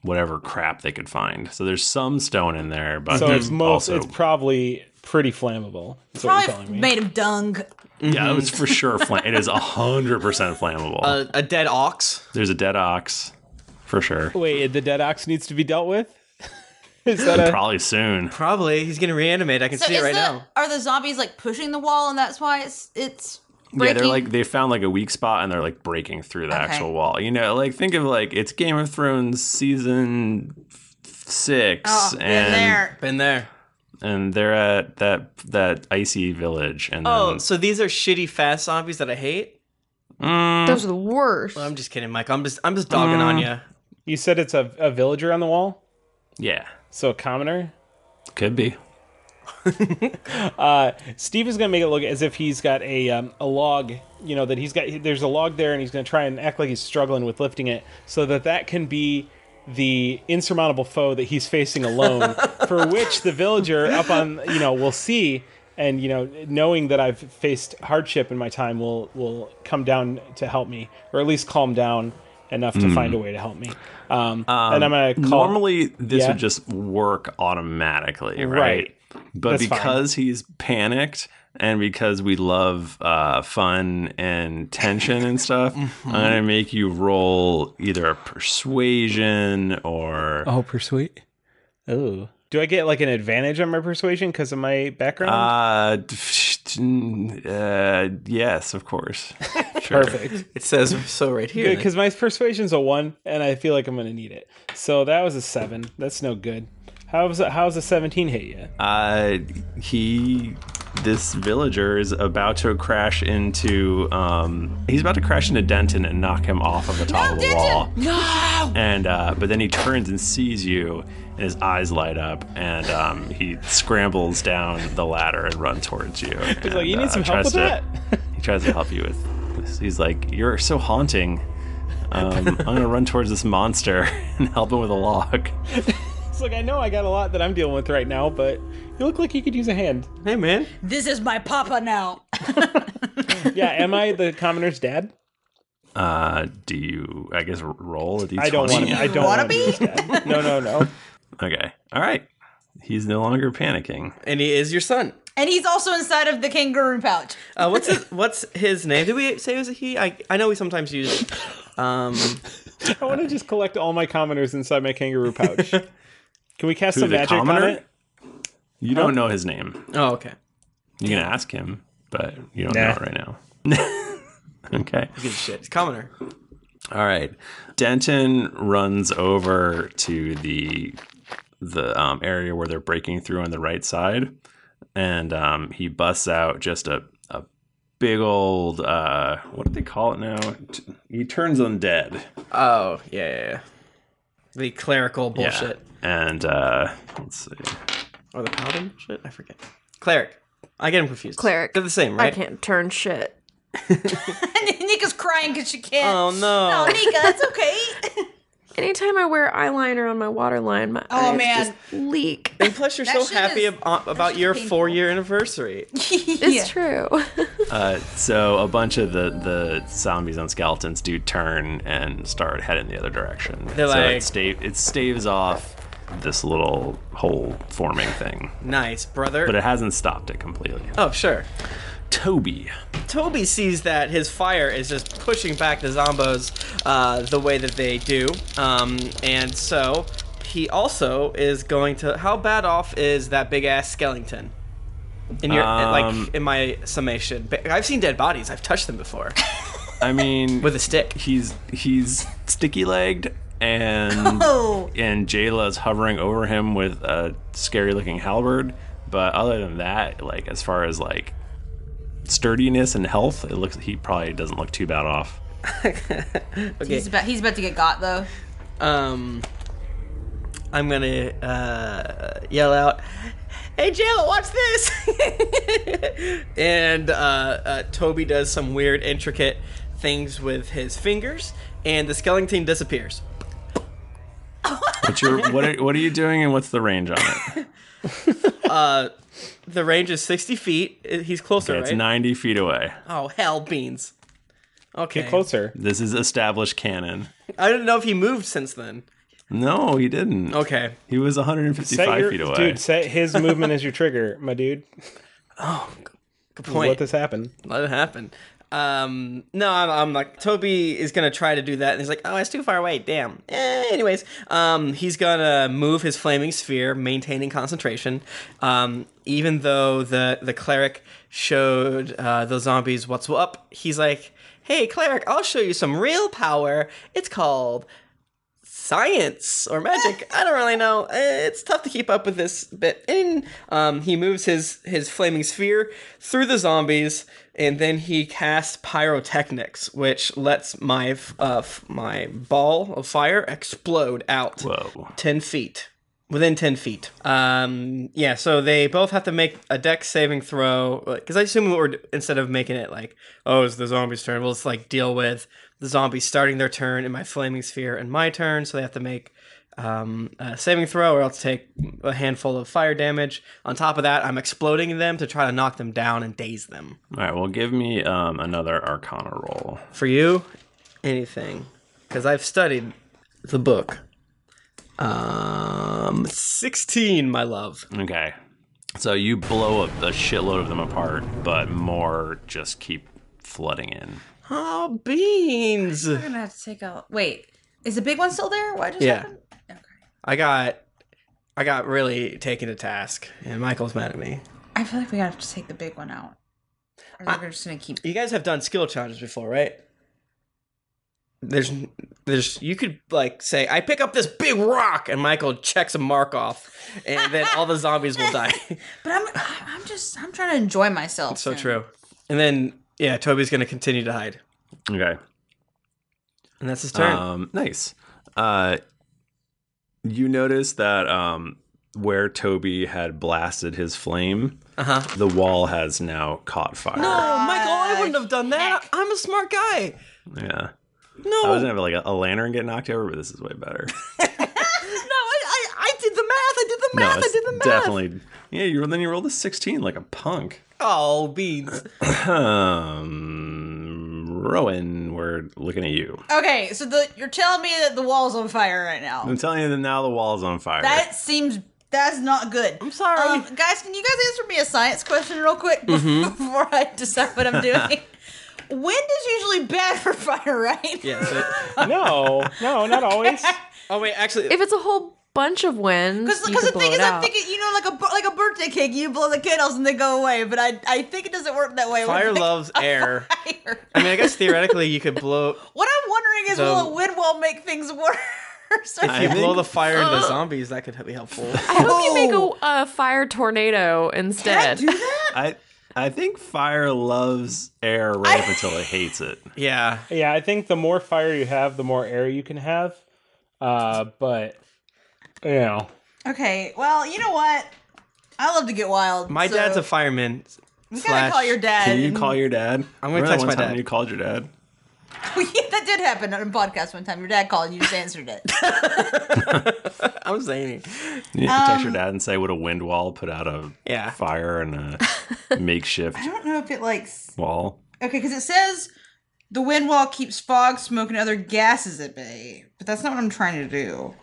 A: whatever crap they could find. So there's some stone in there, but
D: so
A: there's
D: it's most.
A: also
D: It's probably pretty flammable. Is what you're telling
C: Probably
D: me.
C: made of dung.
A: yeah, it was
D: Mm-hmm.
A: for sure. Flam- it is hundred percent flammable.
B: A, a dead ox.
A: there's a dead ox for sure.
D: Wait, the dead ox needs to be dealt with. [LAUGHS] Is that a
A: Probably soon.
B: Probably he's getting reanimated. I can see it
C: is
B: right
C: the-
B: now.
C: Are the zombies like pushing the wall, and that's why it's it's breaking?
A: Yeah, they're like they found like a weak spot and they're like breaking through the
C: Okay.
A: actual wall. You know, like think of like it's Game of Thrones season f- six,
C: Oh, been
A: and
C: there.
B: Been there.
A: and they're at that that icy village, and
B: Oh,
A: then,
B: so these are shitty fast zombies that I hate.
A: Mm.
E: Those are the worst.
B: Well, I'm just kidding, Mike. I'm just I'm just dogging
D: Mm.
B: on you.
D: You said it's a, a villager on the wall,
A: yeah,
D: so a commoner.
A: could be.
D: [LAUGHS] Uh, Steve is going to make it look as if he's got a um, a log, you know, that he's got. There's a log there, and he's going to try and act like he's struggling with lifting it, so that that can be the insurmountable foe that he's facing alone. for which the villager up on, you know, will see, and you know, knowing that I've faced hardship in my time, will will come down to help me, or at least calm down enough to
A: Mm.
D: find a way to help me. Um,
A: Um,
D: and I'm going to call.
A: Normally, this
D: Yeah?
A: would just work automatically, right?
D: Right.
A: But
D: That's fine.
A: because he's panicked, and because we love uh, fun and tension
D: [LAUGHS]
A: and stuff,
D: Mm-hmm.
A: I'm gonna make you roll either a persuasion or
D: Oh, persuade. Oh. Do I get like an advantage on my persuasion because of my background?
A: uh, uh, yes,
B: [LAUGHS]
A: of course. Sure.
D: Perfect.
B: It says so right here.
D: Good, because my persuasion's a one, and I feel like I'm gonna need it. So that was a seven. That's no good. How's a, how's a seventeen hit you?
A: Uh, he, this villager is about to crash into. Um, he's about to crash into Denton and knock him off of the top of the wall.
C: No.
A: And uh, but then he turns and sees you, and his eyes light up, and um, he scrambles down the ladder and runs towards you. He's
D: like, "You need some help with
A: that. He tries to help you with. This. He's like, "You're
D: [LAUGHS]
A: so haunting." Um, I'm gonna run towards this monster [LAUGHS] and help him with a log.
D: It's like I know I got a lot that I'm dealing with right now, but you look like you could use a hand.
B: Hey man.
C: This is my papa now.
D: yeah, am I the commoner's
A: [LAUGHS]
D: dad?
A: Uh, do you? I guess roll a d20.
D: I don't want to. I don't want to be. [LAUGHS] his dad. No, no, no.
A: Okay. All right. He's no longer panicking.
B: And he is your son.
C: And he's also inside of the kangaroo pouch. [LAUGHS]
B: Uh, what's his,
D: [LAUGHS]
B: what's his name? Did we say it was a he? I I know we sometimes use. Um,
D: I want to just collect all my commoners inside my
B: [LAUGHS]
D: kangaroo pouch. Can we cast
A: Who,
D: some
A: the
D: magic on
A: commoner?
D: it?
A: You don't know his name.
B: oh, okay.
A: You can ask him, but you don't know
D: Nah.
A: it right now. [LAUGHS] okay.
B: Good shit. It's commoner.
A: All right. Denton runs over to the the um, area where they're breaking through on the right side, and um, he busts out just a a big old uh, what do they call it now? T- He turns undead.
B: Oh yeah, yeah, yeah. The clerical
A: Yeah.
B: bullshit
A: And uh, let's see.
B: or the paladin bullshit. I forget. Cleric. I get him confused.
E: Cleric.
B: They're the same, right?
E: I can't turn shit.
C: Nika's crying because she can't.
B: Oh, no.
C: No, Nika, it's okay.
E: Anytime I wear eyeliner on my waterline, my
C: Oh,
E: eyes
C: man.
E: just
B: [LAUGHS]
E: leak.
B: And plus, you're
C: That
B: so
C: shit
B: happy
C: is-
B: ab- uh, about your four year anniversary.
E: It's true.
A: Uh, so a bunch of the, the zombies on skeletons do turn and start heading the other direction.
B: They're
A: so
B: like-
A: it, stave, it staves off this little hole forming thing,
B: Nice, brother.
A: but it hasn't stopped it completely.
B: oh, sure.
A: Toby,
B: Toby sees that his fire is just pushing back the zombos uh, the way that they do. Um, and so he also is going to. How bad off is that big ass skeleton? In your
A: Um,
B: like in my summation, Ba- I've seen dead bodies. I've touched them
A: [LAUGHS]
B: before
A: I
B: [LAUGHS]
A: mean,
B: with a stick.
A: he's he's sticky legged, and
C: Oh.
A: and Jayla's hovering over him with a scary looking halberd. But other than that, like as far as like sturdiness and health, it looks he probably doesn't look too bad off.
B: Okay.
C: He's about he's about to get got though.
B: Um, I'm gonna uh, yell out, "Hey, Jayla, watch this!" [LAUGHS] and uh, uh, Toby does some weird, intricate things with his fingers, and the skeleton disappears.
A: What's your, what, are, what are you doing and what's the range on it?
B: Uh, the range is 60 feet. Uh, He's closer,
A: Okay, it's
B: right?
A: 90 feet away.
B: Oh hell, beans! Okay,
A: This is established canon.
B: I didn't know if he moved since then.
A: No, he didn't.
B: Okay.
A: He was
D: Set
A: 155
D: your-
A: feet away.
D: Dude, set his movement as your trigger,
B: [LAUGHS]
D: my dude.
B: Oh, Good
D: Let
B: point.
D: this happen.
B: Let it happen. Um, no, I'm, I'm like Toby is gonna try to do that, and he's like, "Oh, it's too far away. Damn." Eh, anyways, um, he's gonna move his flaming sphere, maintaining concentration. Um, even though the the cleric showed uh, the zombies what's up, he's like, "Hey, cleric, I'll show you some real power. It's called science or magic. I don't really know. Eh, It's tough to keep up with this bit. And um, he moves his his flaming sphere through the zombies, and then he casts pyrotechnics, which lets my f- uh, f- my ball of fire explode out.
A: Whoa!
B: Ten feet. Within ten feet. Um, yeah. So they both have to make a deck saving throw. Because I assume we're instead of making it like, oh, it's the zombies' turn. We'll just like deal with the zombies starting their turn in my flaming sphere and my turn, so they have to make um, a saving throw or else take a handful of fire damage. On top of that, I'm exploding them to try to knock them down and daze them.
A: All right, well, give me um, another Arcana roll.
B: For you, anything. Because I've studied the book. Um, 16, my love.
A: Okay. So you blow a, a shitload of them apart, but more just keep flooding in.
B: Oh, beans!
C: We're gonna have to take out. Wait, is the big one still there? What just
B: Yeah.
C: happened?
B: I got, I got really taken to task, and Michael's mad at me.
C: I feel like we have to take the big one out. Or they're just gonna keep.
B: You guys have done skill challenges before, right? There's, there's. You could like say, "I pick up this big rock," and Michael checks a mark off, and then all the zombies will
C: [LAUGHS]
B: die. [LAUGHS]
C: But I'm I'm just I'm trying to enjoy myself.
B: so true. And then yeah, Toby's gonna continue to hide.
A: Okay.
B: And that's his turn.
A: Um, nice. Uh, you notice that um, where Toby had blasted his flame,
B: uh-huh.
A: the wall has now caught fire.
B: No, Michael, I wouldn't have done that. I'm a smart guy.
A: Yeah.
B: No.
A: I was gonna have like a, a lantern get knocked over, but this is way better.
B: No, I, I, I did the math. I did [LAUGHS] the math.
A: no,
B: I
A: it's
B: did the math.
A: definitely. Yeah, you then you rolled a sixteen like a punk.
B: Oh, beans.
A: [CLEARS THROAT] um, Rowan, we're looking at you.
C: Okay, so the you're telling me that the wall's on fire right
B: Oh.
C: now.
A: I'm telling you that now the wall's on fire.
C: That seems that's not good. I'm
B: sorry,
C: guys. Can you guys answer me a science question real quick [LAUGHS] before
B: Mm-hmm.
A: Mhm.
C: I decide what I'm doing?
B: [LAUGHS]
C: Wind is usually bad for fire, right?
B: Yes.
D: no, no, not
C: [LAUGHS]
D: always.
B: Oh wait, actually,
E: If it's a whole bunch of wins,
C: Because the thing is, I'm thinking, you know, like a bu- like a birthday cake, you blow the candles and they go away. But I I think it doesn't work that way. with
B: Fire
C: the- [LAUGHS]
B: loves air. I mean, I guess theoretically you could blow.
C: What I'm wondering is, will
B: The-
C: a wind wall make things [LAUGHS] worse?
B: If you blow the fire into
C: Oh.
B: zombies, that could be
C: [LAUGHS]
B: helpful.
E: I hope you make a, a fire tornado instead.
A: I I think fire loves
B: [LAUGHS]
A: air right up until it hates it.
B: Yeah.
D: Yeah, I think the more fire you have, the more air you can have. Uh, but you know,
C: Okay, well, you know what? I love to get wild.
B: My
C: so- [LAUGHS]
B: dad's a fireman.
C: We gotta call your dad
A: Can you
C: and-
A: call your dad? I'm
B: gonna text my dad.
A: You called your dad.
C: that did happen on a podcast one time. Your dad called and you just
B: [LAUGHS]
C: answered it.
B: [LAUGHS] I'm saying.
A: You can text
C: Um,
A: your dad and say, "Would a wind wall put out a
B: [LAUGHS]
A: fire and a makeshift
C: I don't know if it like s-
A: wall?"
C: okay because it says the wind wall keeps fog, smoke, and other gases at bay, but that's not what I'm trying to do.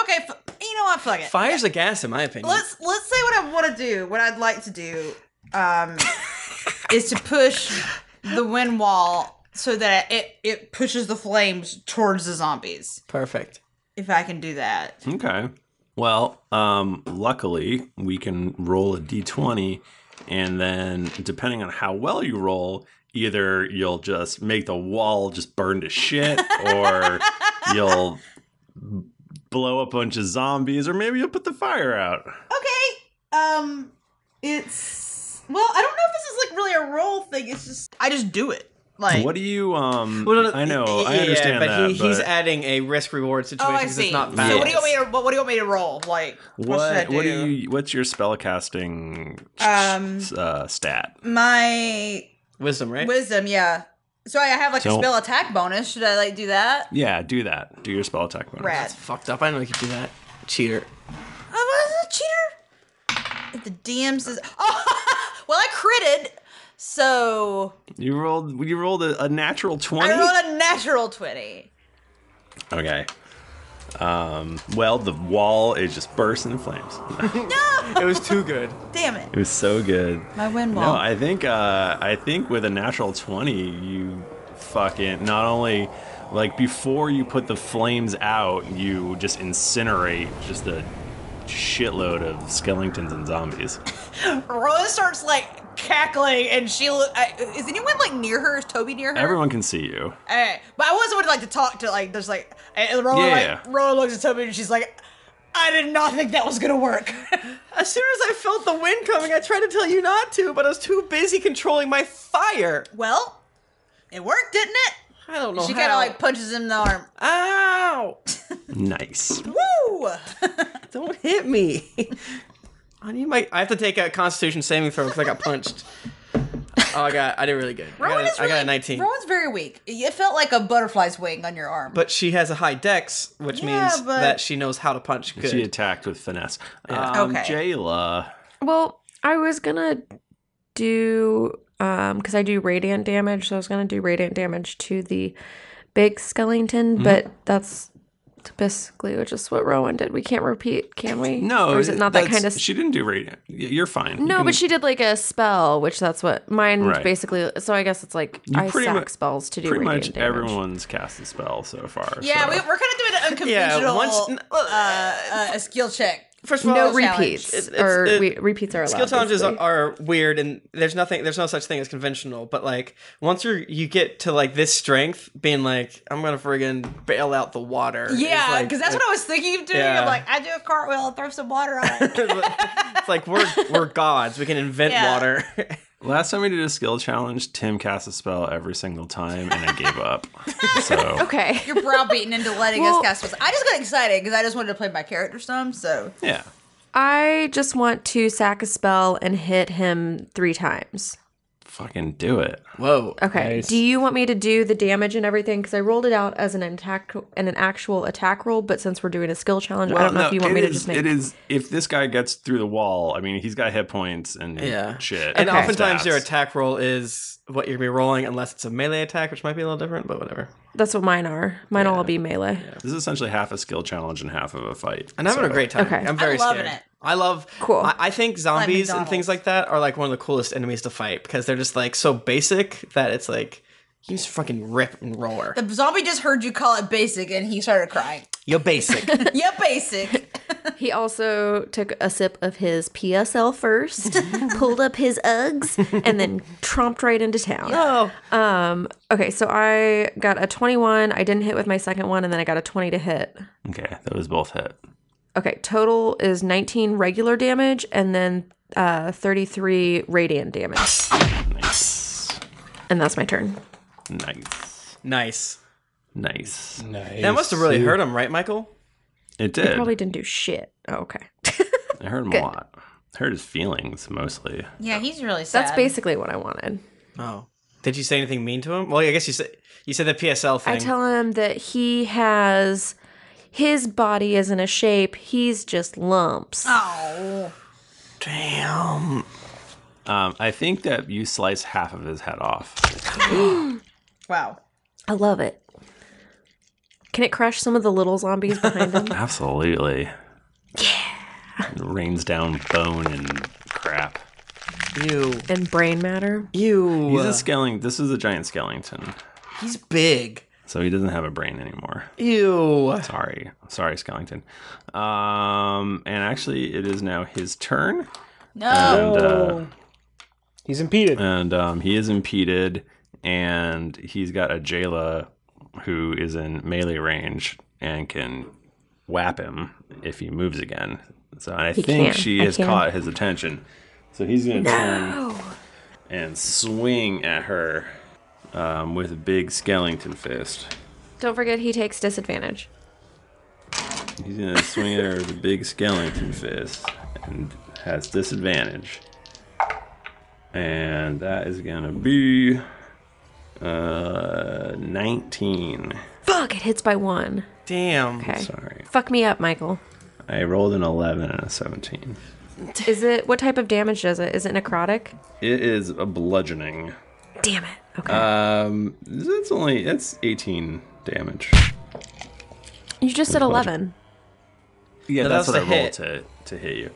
C: Okay, f- you know what? Fuck it.
B: Fire's a gas, in my opinion.
C: Let's let's say what I want to do. What I'd like to do um, is to push the wind wall so that it it pushes the flames towards the zombies.
B: Perfect.
C: If I can do that.
A: Okay. Well, um, luckily we can roll a d20, and then depending on how well you roll, either you'll just make the wall just burn to shit, or you'll b- blow a bunch of zombies, or maybe you'll put the fire out.
C: Okay. Um, it's well, I don't know if this is like really a role thing. It's just I just do it. Like,
A: what do you um?
B: Well, no,
A: I know,
B: y-
A: I
B: yeah,
A: understand
B: but
A: that.
B: he,
A: but
B: he's adding a risk reward situation.
C: oh, I
B: 'cause
C: see.
B: It's not
C: so what do
B: balanced.
C: you want me to? What, what do you want me to roll? Like,
A: what?
C: should I
A: What, do?
C: do?
A: you? What's your spellcasting
C: Um,
A: uh, stat?
C: my
B: Wisdom, right?
C: wisdom, yeah. So I have like
A: So-
C: a spell attack bonus. Should I like do that?
A: yeah, do that. Do your spell attack bonus.
C: Rad. That's
B: fucked up. I know you can do that. Cheater.
C: I was a cheater. If The DM says, [LAUGHS] "Oh, well, I critted." So
A: You rolled. You rolled a, a natural twenty.
C: I rolled a natural twenty.
A: Okay. Um. Well, the wall is just bursting in flames.
C: [LAUGHS] no,
B: it was too good.
C: Damn it!
A: It was so good.
C: My wind
A: No,
C: wall.
A: I think uh, I think with a natural twenty, you fucking not only like before you put the flames out, you just incinerate just a shitload of skeletons and zombies.
E: Uh-huh.
C: Rose starts like cackling, and she lo- I, is anyone like near her? Is Toby near her?
A: Everyone can see you.
C: Alright, but I wasn't would like to talk to like there's like eh, and Rowan
A: Yeah.
C: like Rowan looks at Toby and she's like, I did not think that was gonna work.
B: [LAUGHS] As soon as I felt the wind coming, I tried to tell you not to, but I was too busy controlling my fire.
C: Well, it worked, didn't it?
B: I don't know.
C: she
B: how.
C: kind of like punches him in the arm.
B: Ow!
A: Nice.
C: [LAUGHS] Woo!
B: don't hit me. [LAUGHS] I need my. I have to take a Constitution saving throw because I got punched. oh, I got. I did really good. I got,
C: Rowan
B: a-
C: is
B: I got
C: really-
B: a 19.
C: Rowan's very weak. It felt like a butterfly's wing on your arm.
B: But she has a high dex, which
C: Yeah,
B: means
C: but-
B: that she knows how to punch good.
A: She attacked with finesse.
B: Yeah.
A: Um,
B: Okay.
A: Jayla.
E: Well, I was gonna do um because I do radiant damage, so I was gonna do radiant damage to the big skeleton,
A: Mhm.
E: but that's basically just what Rowan did. We can't repeat, can we?
A: No,
E: or is it not that
A: that's-
E: kind of?
A: She didn't do radiant. Y- You're fine.
E: no, but she did like a spell, which that's what mine
A: Right.
E: basically. So I guess it's like
A: You
E: I
A: pretty
E: sack
A: mu-
E: spells to do
A: Pretty
E: radiant
A: much
E: damage.
A: everyone's cast a spell so far.
C: yeah,
A: so.
C: we, we're kind of doing an
B: [LAUGHS]
C: unconventional
B: once-
C: uh, uh, a skill check.
B: First
E: no repeats
B: It- it's-
E: or
B: it-
E: we, repeats are allowed.
B: skill challenges are,
E: basically.
B: are weird and there's nothing there's no such thing as conventional but like once you you get to like this strength being like i'm gonna friggin bail out the water is,
C: Yeah,
B: like,
C: because that's what I was thinking of doing.
B: Yeah.
C: I'm like, I do a cartwheel and throw some water on it.
B: it's like we're [LAUGHS] we're gods we can invent
C: Yeah.
B: water
A: [LAUGHS] Last time we did a skill challenge, Tim cast a spell every single time, and I gave up. So
E: [LAUGHS]
C: [LAUGHS]
E: Okay.
C: You're browbeaten into letting
E: Well-
C: us cast spells. I just got excited because I just wanted to play my character some, so.
A: yeah.
E: I just want to sack a spell and hit him three times.
A: Fucking do it.
B: Whoa.
E: Okay. Do you want me to do the damage and everything? Because I rolled it out as an attack and an actual attack roll, but since we're doing a skill challenge, I don't know if you want me to just make.
A: it is if this guy gets through the wall. I mean, he's got hit points and
B: yeah
A: shit.
B: and oftentimes
A: stats.
B: your attack roll is what you're gonna be rolling unless it's a melee attack which might be a little different but whatever
E: That's what mine are. Mine will all be melee.
A: this is essentially half a skill challenge and half of a fight.
B: I'm having a great time. Okay. I'm very I'm loving scared. it. I love
E: cool.
B: I, I think zombies and things like that are like one of the coolest enemies to fight because they're just like so basic that it's like you just fucking rip and roar.
C: The zombie just heard you call it basic and he started
E: [LAUGHS]
C: crying.
B: You're basic.
C: yeah, basic.
E: [LAUGHS] He also took a sip of his PSL first, pulled up his Uggs, and then tromped right into town.
B: Oh.
E: Um, okay, so I got a 21. I didn't hit with my second one, and then I got a 20 to hit.
A: Okay, those both hit.
E: Okay, total is 19 regular damage and then uh, 33 radiant damage.
A: Nice.
E: And that's my turn.
A: Nice.
B: Nice.
A: Nice. Nice.
B: That must have really hurt him, right, Michael?
A: It
E: He
A: did.
E: probably didn't do shit. Oh, okay.
A: it hurt him
E: Good.
A: a lot. It hurt his feelings mostly.
C: Yeah, he's really sad.
E: That's basically what I wanted.
B: Oh. Did you say anything mean to him? Well, I guess you said you said the PSL thing.
E: I tell him that he has his body isn't a shape, he's just lumps.
C: Oh.
B: Damn.
A: Um, I think that you slice half of his head off.
C: Oh.
E: [GASPS]
C: wow.
E: I love it. Can it crush some of the little zombies behind [LAUGHS] him?
A: Absolutely. Yeah. rains down bone and crap.
B: You
E: and brain matter.
B: You.
A: He's a skeleton. This is a giant skeleton.
B: He's big.
A: So he doesn't have a brain anymore.
B: Ew.
A: Sorry. Sorry, skeleton. Um, and actually, it is now his turn.
C: No.
A: And, uh,
D: He's impeded.
A: And um, he is impeded. And he's got a Jayla who is in melee range and can whap him if he moves again. So and I
G: He
A: think
G: can.
A: she
G: I
A: has
G: can.
A: caught his attention. So he's going to turn
G: No.
A: and swing at her. um, with a big skeleton fist.
E: Don't forget he takes disadvantage.
A: He's gonna swing at her with a big skeleton fist and has disadvantage. And that is gonna be uh 19.
E: Fuck, it hits by one.
B: Damn.
E: Okay.
A: Sorry.
E: Fuck me up, Michael.
A: I rolled an 11 and a 17.
E: Is it what type of damage does it? Is it necrotic?
A: It is a bludgeoning.
E: Damn it. Okay.
A: Um that's only that's 18 damage.
E: You just said
A: Bludgeon-
E: eleven.
A: Yeah,
E: No,
A: that's,
E: that's
A: what I
E: to
A: rolled
E: hit.
A: to to hit you.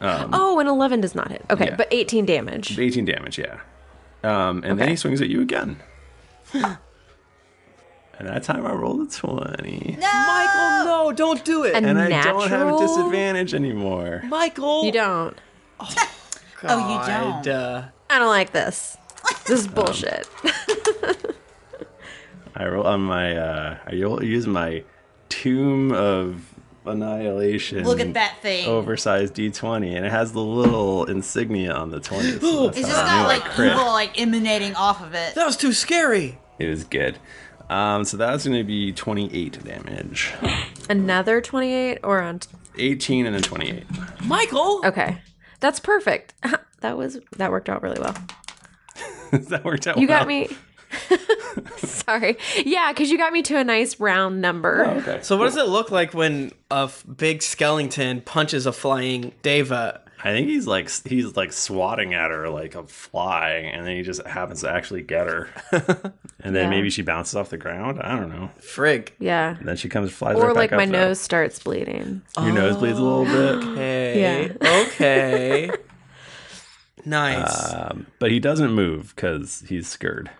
A: Um,
E: oh, and eleven does not hit. Okay,
A: Yeah.
E: but eighteen damage.
A: 18 damage, yeah. Um, and then he swings at you again. and that time I rolled a 20.
B: Michael, no, don't do it.
A: and I don't have disadvantage anymore.
B: Michael.
E: You don't.
B: Oh, you don't.
E: I don't like this. This
A: [LAUGHS]
E: is bullshit. [LAUGHS]
A: I roll on my, uh, I roll- use my Tomb of Annihilation.
C: Look at that thing.
D: oh,
A: Oversized D20, and it has the little insignia on the 20.
C: [GASPS]
A: So
C: [GASPS] it's
A: that's
C: just
A: how I knew
C: not
A: I
C: like
A: crit.
C: evil like emanating off of it.
B: That was too scary.
A: It was good. Um, so that's going to be 28 damage.
E: Another twenty-eight or on
A: 18 and a [LAUGHS] 28.
B: Michael.
E: Okay, that's perfect. [LAUGHS] that was that worked out really well.
A: that worked out
E: you
A: well.
E: got me. [LAUGHS] Sorry. Yeah, because you got me to a nice round
A: Oh,
E: number.
B: So what does it look like when a f- big skeleton punches a flying deva?
A: I think he's like he's like swatting at her like a fly, and then he just happens to actually get
B: [LAUGHS]
A: her, and then
E: Yeah.
A: maybe she bounces off the ground. I don't know.
B: Frig.
E: Yeah.
A: And then she comes flies
E: or
A: right
E: like
A: back
E: my
A: up. though.
E: nose starts bleeding.
A: Your nose bleeds a little bit.
B: [GASPS] Okay.
C: [LAUGHS]
B: Okay. nice.
D: Uh,
A: Um, but he doesn't move because he's scared.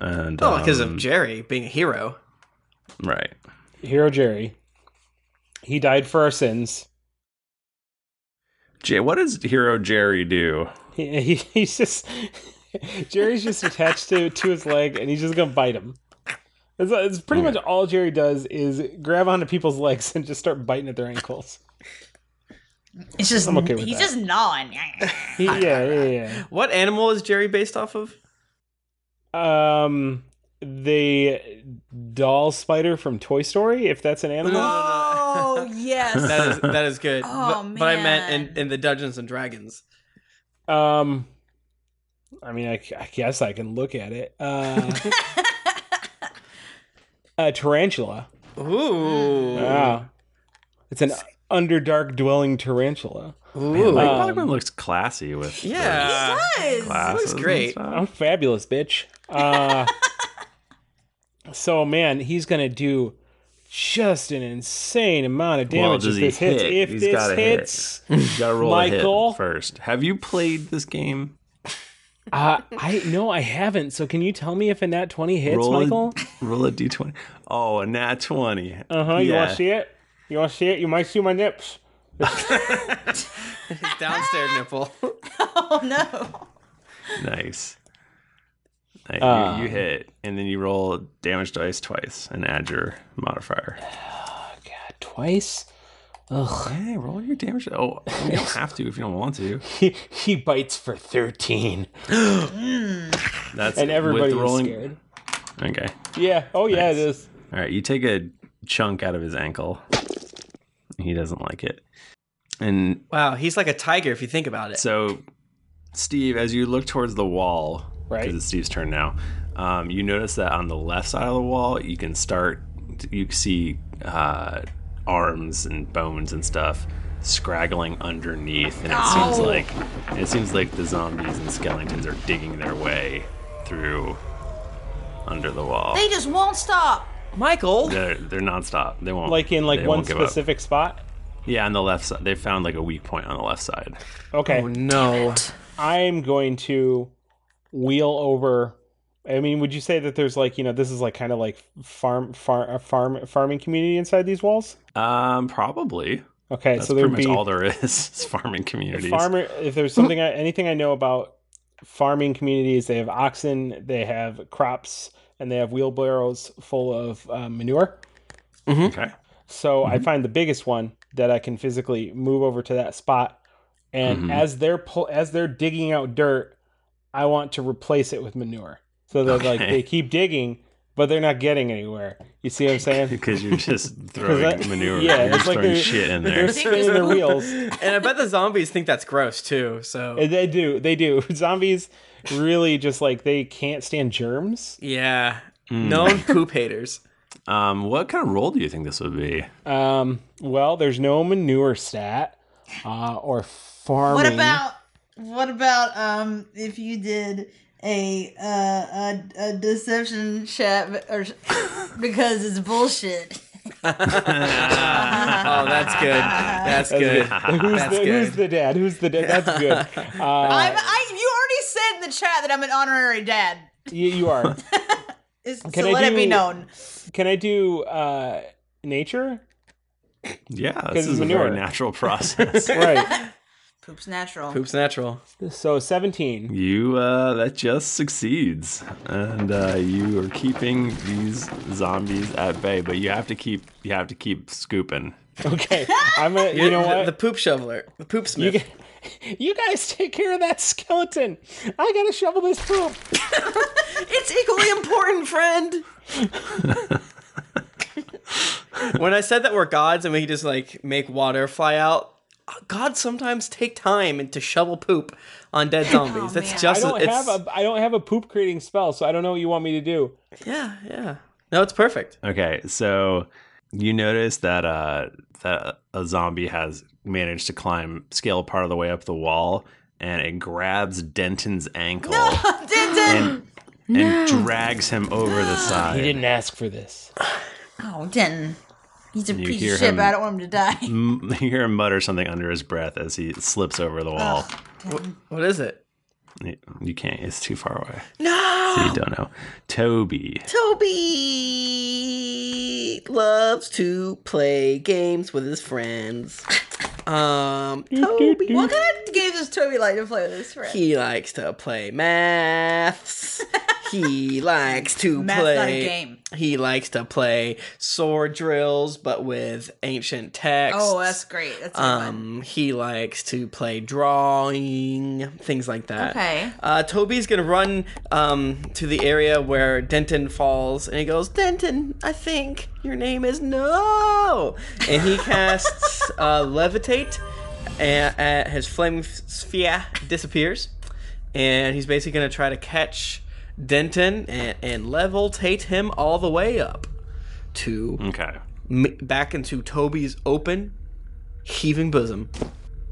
A: And
B: Oh, because of
A: um,
B: Jerry being a hero.
A: right.
D: Hero Jerry. He died for our sins.
A: Jay, what does hero Jerry do?
D: He, [LAUGHS] he, he's just Jerry's just attached to to his leg, and he's just gonna bite him. It's, it's pretty much all Jerry does is grab onto people's legs and just start biting at their ankles.
C: It's just
D: I'm okay with
C: he's
D: that.
C: just gnawing. [LAUGHS]
D: He- yeah, yeah,
B: What animal is Jerry based off of?
D: yeah. Um, the doll spider from Toy Story, if that's an animal.
C: Oh [LAUGHS] yes.
B: that is that is good.
C: Oh,
B: but, but I meant in, in the Dungeons and Dragons.
D: Um, I mean, I, I guess I can look at it.
A: [LAUGHS]
D: Uh, a tarantula.
B: Ooh.
D: Wow. It's an underdark dwelling tarantula. Um,
A: Man, Mike Bachman looks classy with
B: Yeah.
C: He
A: Glasses looks and great. stuff.
D: I'm fabulous, bitch.
A: [LAUGHS]
D: Uh, so man, he's gonna do just an insane amount of damage if this hits. If
A: He's
D: this
A: gotta hit. [LAUGHS]
D: hits,
A: He's gotta roll a
D: Michael.
A: hit first. Have you played this game?
D: uh, I no, I haven't. So can you tell me if a nat twenty hits,
A: roll
D: Michael?
A: A, [LAUGHS] roll a d20. Oh, a nat 20.
D: Uh huh. You want to see it? You want to see it? You might see my nips.
C: [LAUGHS]
B: Downstairs nipple.
C: oh no.
A: Nice. Nice.
D: Um,
A: you, you hit, and then you roll damage dice twice and add your modifier. [SIGHS]
D: Twice. Ugh.
A: Hey, roll your damage. Oh, you don't have to if you don't want to.
D: [LAUGHS] He he bites for thirteen.
A: [GASPS] That's
D: And
A: with
D: everybody
A: the
D: was
A: rolling-
D: scared.
A: Okay.
D: Yeah. Oh yeah, it is.
A: All right, you take a chunk out of his ankle. He doesn't like it. And
B: Wow, he's like a tiger if you think about it.
A: So, Steve, as you look towards the wall, right? Because it's Steve's turn now. Um, you notice that on the left side of the wall, you can start. You can see uh, arms and bones and stuff scraggling underneath, and it seems
G: Ow.
A: like it seems like the zombies and skeletons are digging their way through under the wall.
C: They just won't stop.
B: Michael.
A: They're they're nonstop. They won't
D: Like in like
A: Oh, they
D: one
A: won't give up.
D: specific spot.
A: Yeah, on the left side, they found like a weak point on the left side. Oh,
D: Okay.
B: no.
D: I'm going to wheel over. I mean, would you say that there's like, you know, this is like kind of like farm far, a farm farming community inside these walls?
A: Um, probably.
D: Okay,
A: That's
D: so
A: pretty
D: there'd
A: much
D: be-
A: all there is [LAUGHS] is farming communities.
D: Farmer if there's something I, anything I know about farming communities, they have oxen, they have crops, and they have wheelbarrows full of uh, manure.
A: Okay.
D: So
A: Mm-hmm.
D: I find the biggest one that I can physically move over to that spot, and
A: Mhm.
D: as they're pull, as they're digging out dirt, I want to replace it with manure. So that like
A: Okay.
D: they keep digging, but they're not getting anywhere. You see what I'm saying?
A: [LAUGHS] Because you're just
D: [LAUGHS] 'Cause
A: throwing manure.
D: Yeah,
A: You're
D: it's
A: just
D: like
A: throwing
D: they're-
A: shit in
D: They're
A: there.
D: spinning
B: [LAUGHS]
D: [LAUGHS] their wheels.
B: and I bet the zombies think
D: [LAUGHS]
B: that's [LAUGHS] gross too. So
D: And They do. They do. [LAUGHS] Zombies really just like they can't stand germs.
B: yeah,
A: Mm.
B: known poop haters.
A: [LAUGHS] Um, what kind of role do you think this would be?
D: Um, well, there's no manure stat uh, or farming.
C: What about what about um if you did a uh, a, a deception chat or [COUGHS] because it's bullshit.
B: oh, that's good. That's,
D: That's
B: good.
D: Who's,
B: that's
D: the,
B: good.
D: who's the dad? Who's the [LAUGHS] dad? That's
B: [LAUGHS]
D: good. Uh,
C: I'm, I you already said in the chat that I'm an honorary dad.
D: you, you
C: [LAUGHS]
D: are.
C: It's,
D: Can
C: so
D: I
C: let it be
D: do-
C: known.
D: Can I do uh, nature?
A: Yeah,
D: 'Cause
A: this is a
D: manure.
A: very natural [LAUGHS]
C: [LAUGHS]
A: process.
D: right.
C: Poop's natural.
B: natural.
D: So 17.
A: You uh, that just succeeds, and uh, you are keeping these zombies at bay. But you have to keep you have to keep scooping.
D: [LAUGHS]
C: [LAUGHS]
D: Okay. I'm a, you
B: You're
D: know
B: the-
D: what?
B: The poop shoveler, the poop smith.
D: You guys take care of that skeleton. I gotta shovel this
C: [LAUGHS]
D: poop.
B: it's equally important, friend. when I said that we're gods and we just like make water fly out, gods sometimes take time and to shovel poop on [LAUGHS] dead zombies.
C: Oh,
B: That's just
D: I don't
B: it's,
D: have a I don't have a poop creating spell, so I don't know what you want me to do.
B: Yeah, yeah. No, it's perfect.
A: Okay, so you notice that uh, that a zombie has managed to climb scale part of the way up the wall, and it grabs Denton's
B: [LAUGHS]
A: ankle
C: Denton.
A: and drags him
D: [GASPS]
A: over the side.
D: He didn't ask for this.
C: Oh, Denton. He's a
A: You
C: piece
A: hear
C: of shit,
A: him-
C: but I don't want him to die.
B: [LAUGHS]
A: M- [LAUGHS] you hear him mutter something under his breath as he slips over the wall.
B: What is it?
A: You- You can't; it's too far away.
B: No.
A: So you don't know. Toby.
B: Toby loves to play games with his friends. Um, Toby,
C: What kind of game does Toby like to play with his friends?
B: he likes to play [LAUGHS] maths. he likes to
C: Math's
B: play.
C: not a game.
B: He likes to play sword drills, but with ancient texts.
C: Oh, that's great. That's
B: Um, he likes to play drawing, things like that.
C: Okay.
B: Uh, Toby's gonna run um, to the area where Denton falls, and he goes, "Denton, I think your name is No." And
C: [LAUGHS]
B: he casts uh, levitate, and, and his flame sphere disappears, and he's basically gonna try to catch Denton and, and levitate him all the way up to
A: okay
B: back into Toby's open heaving bosom.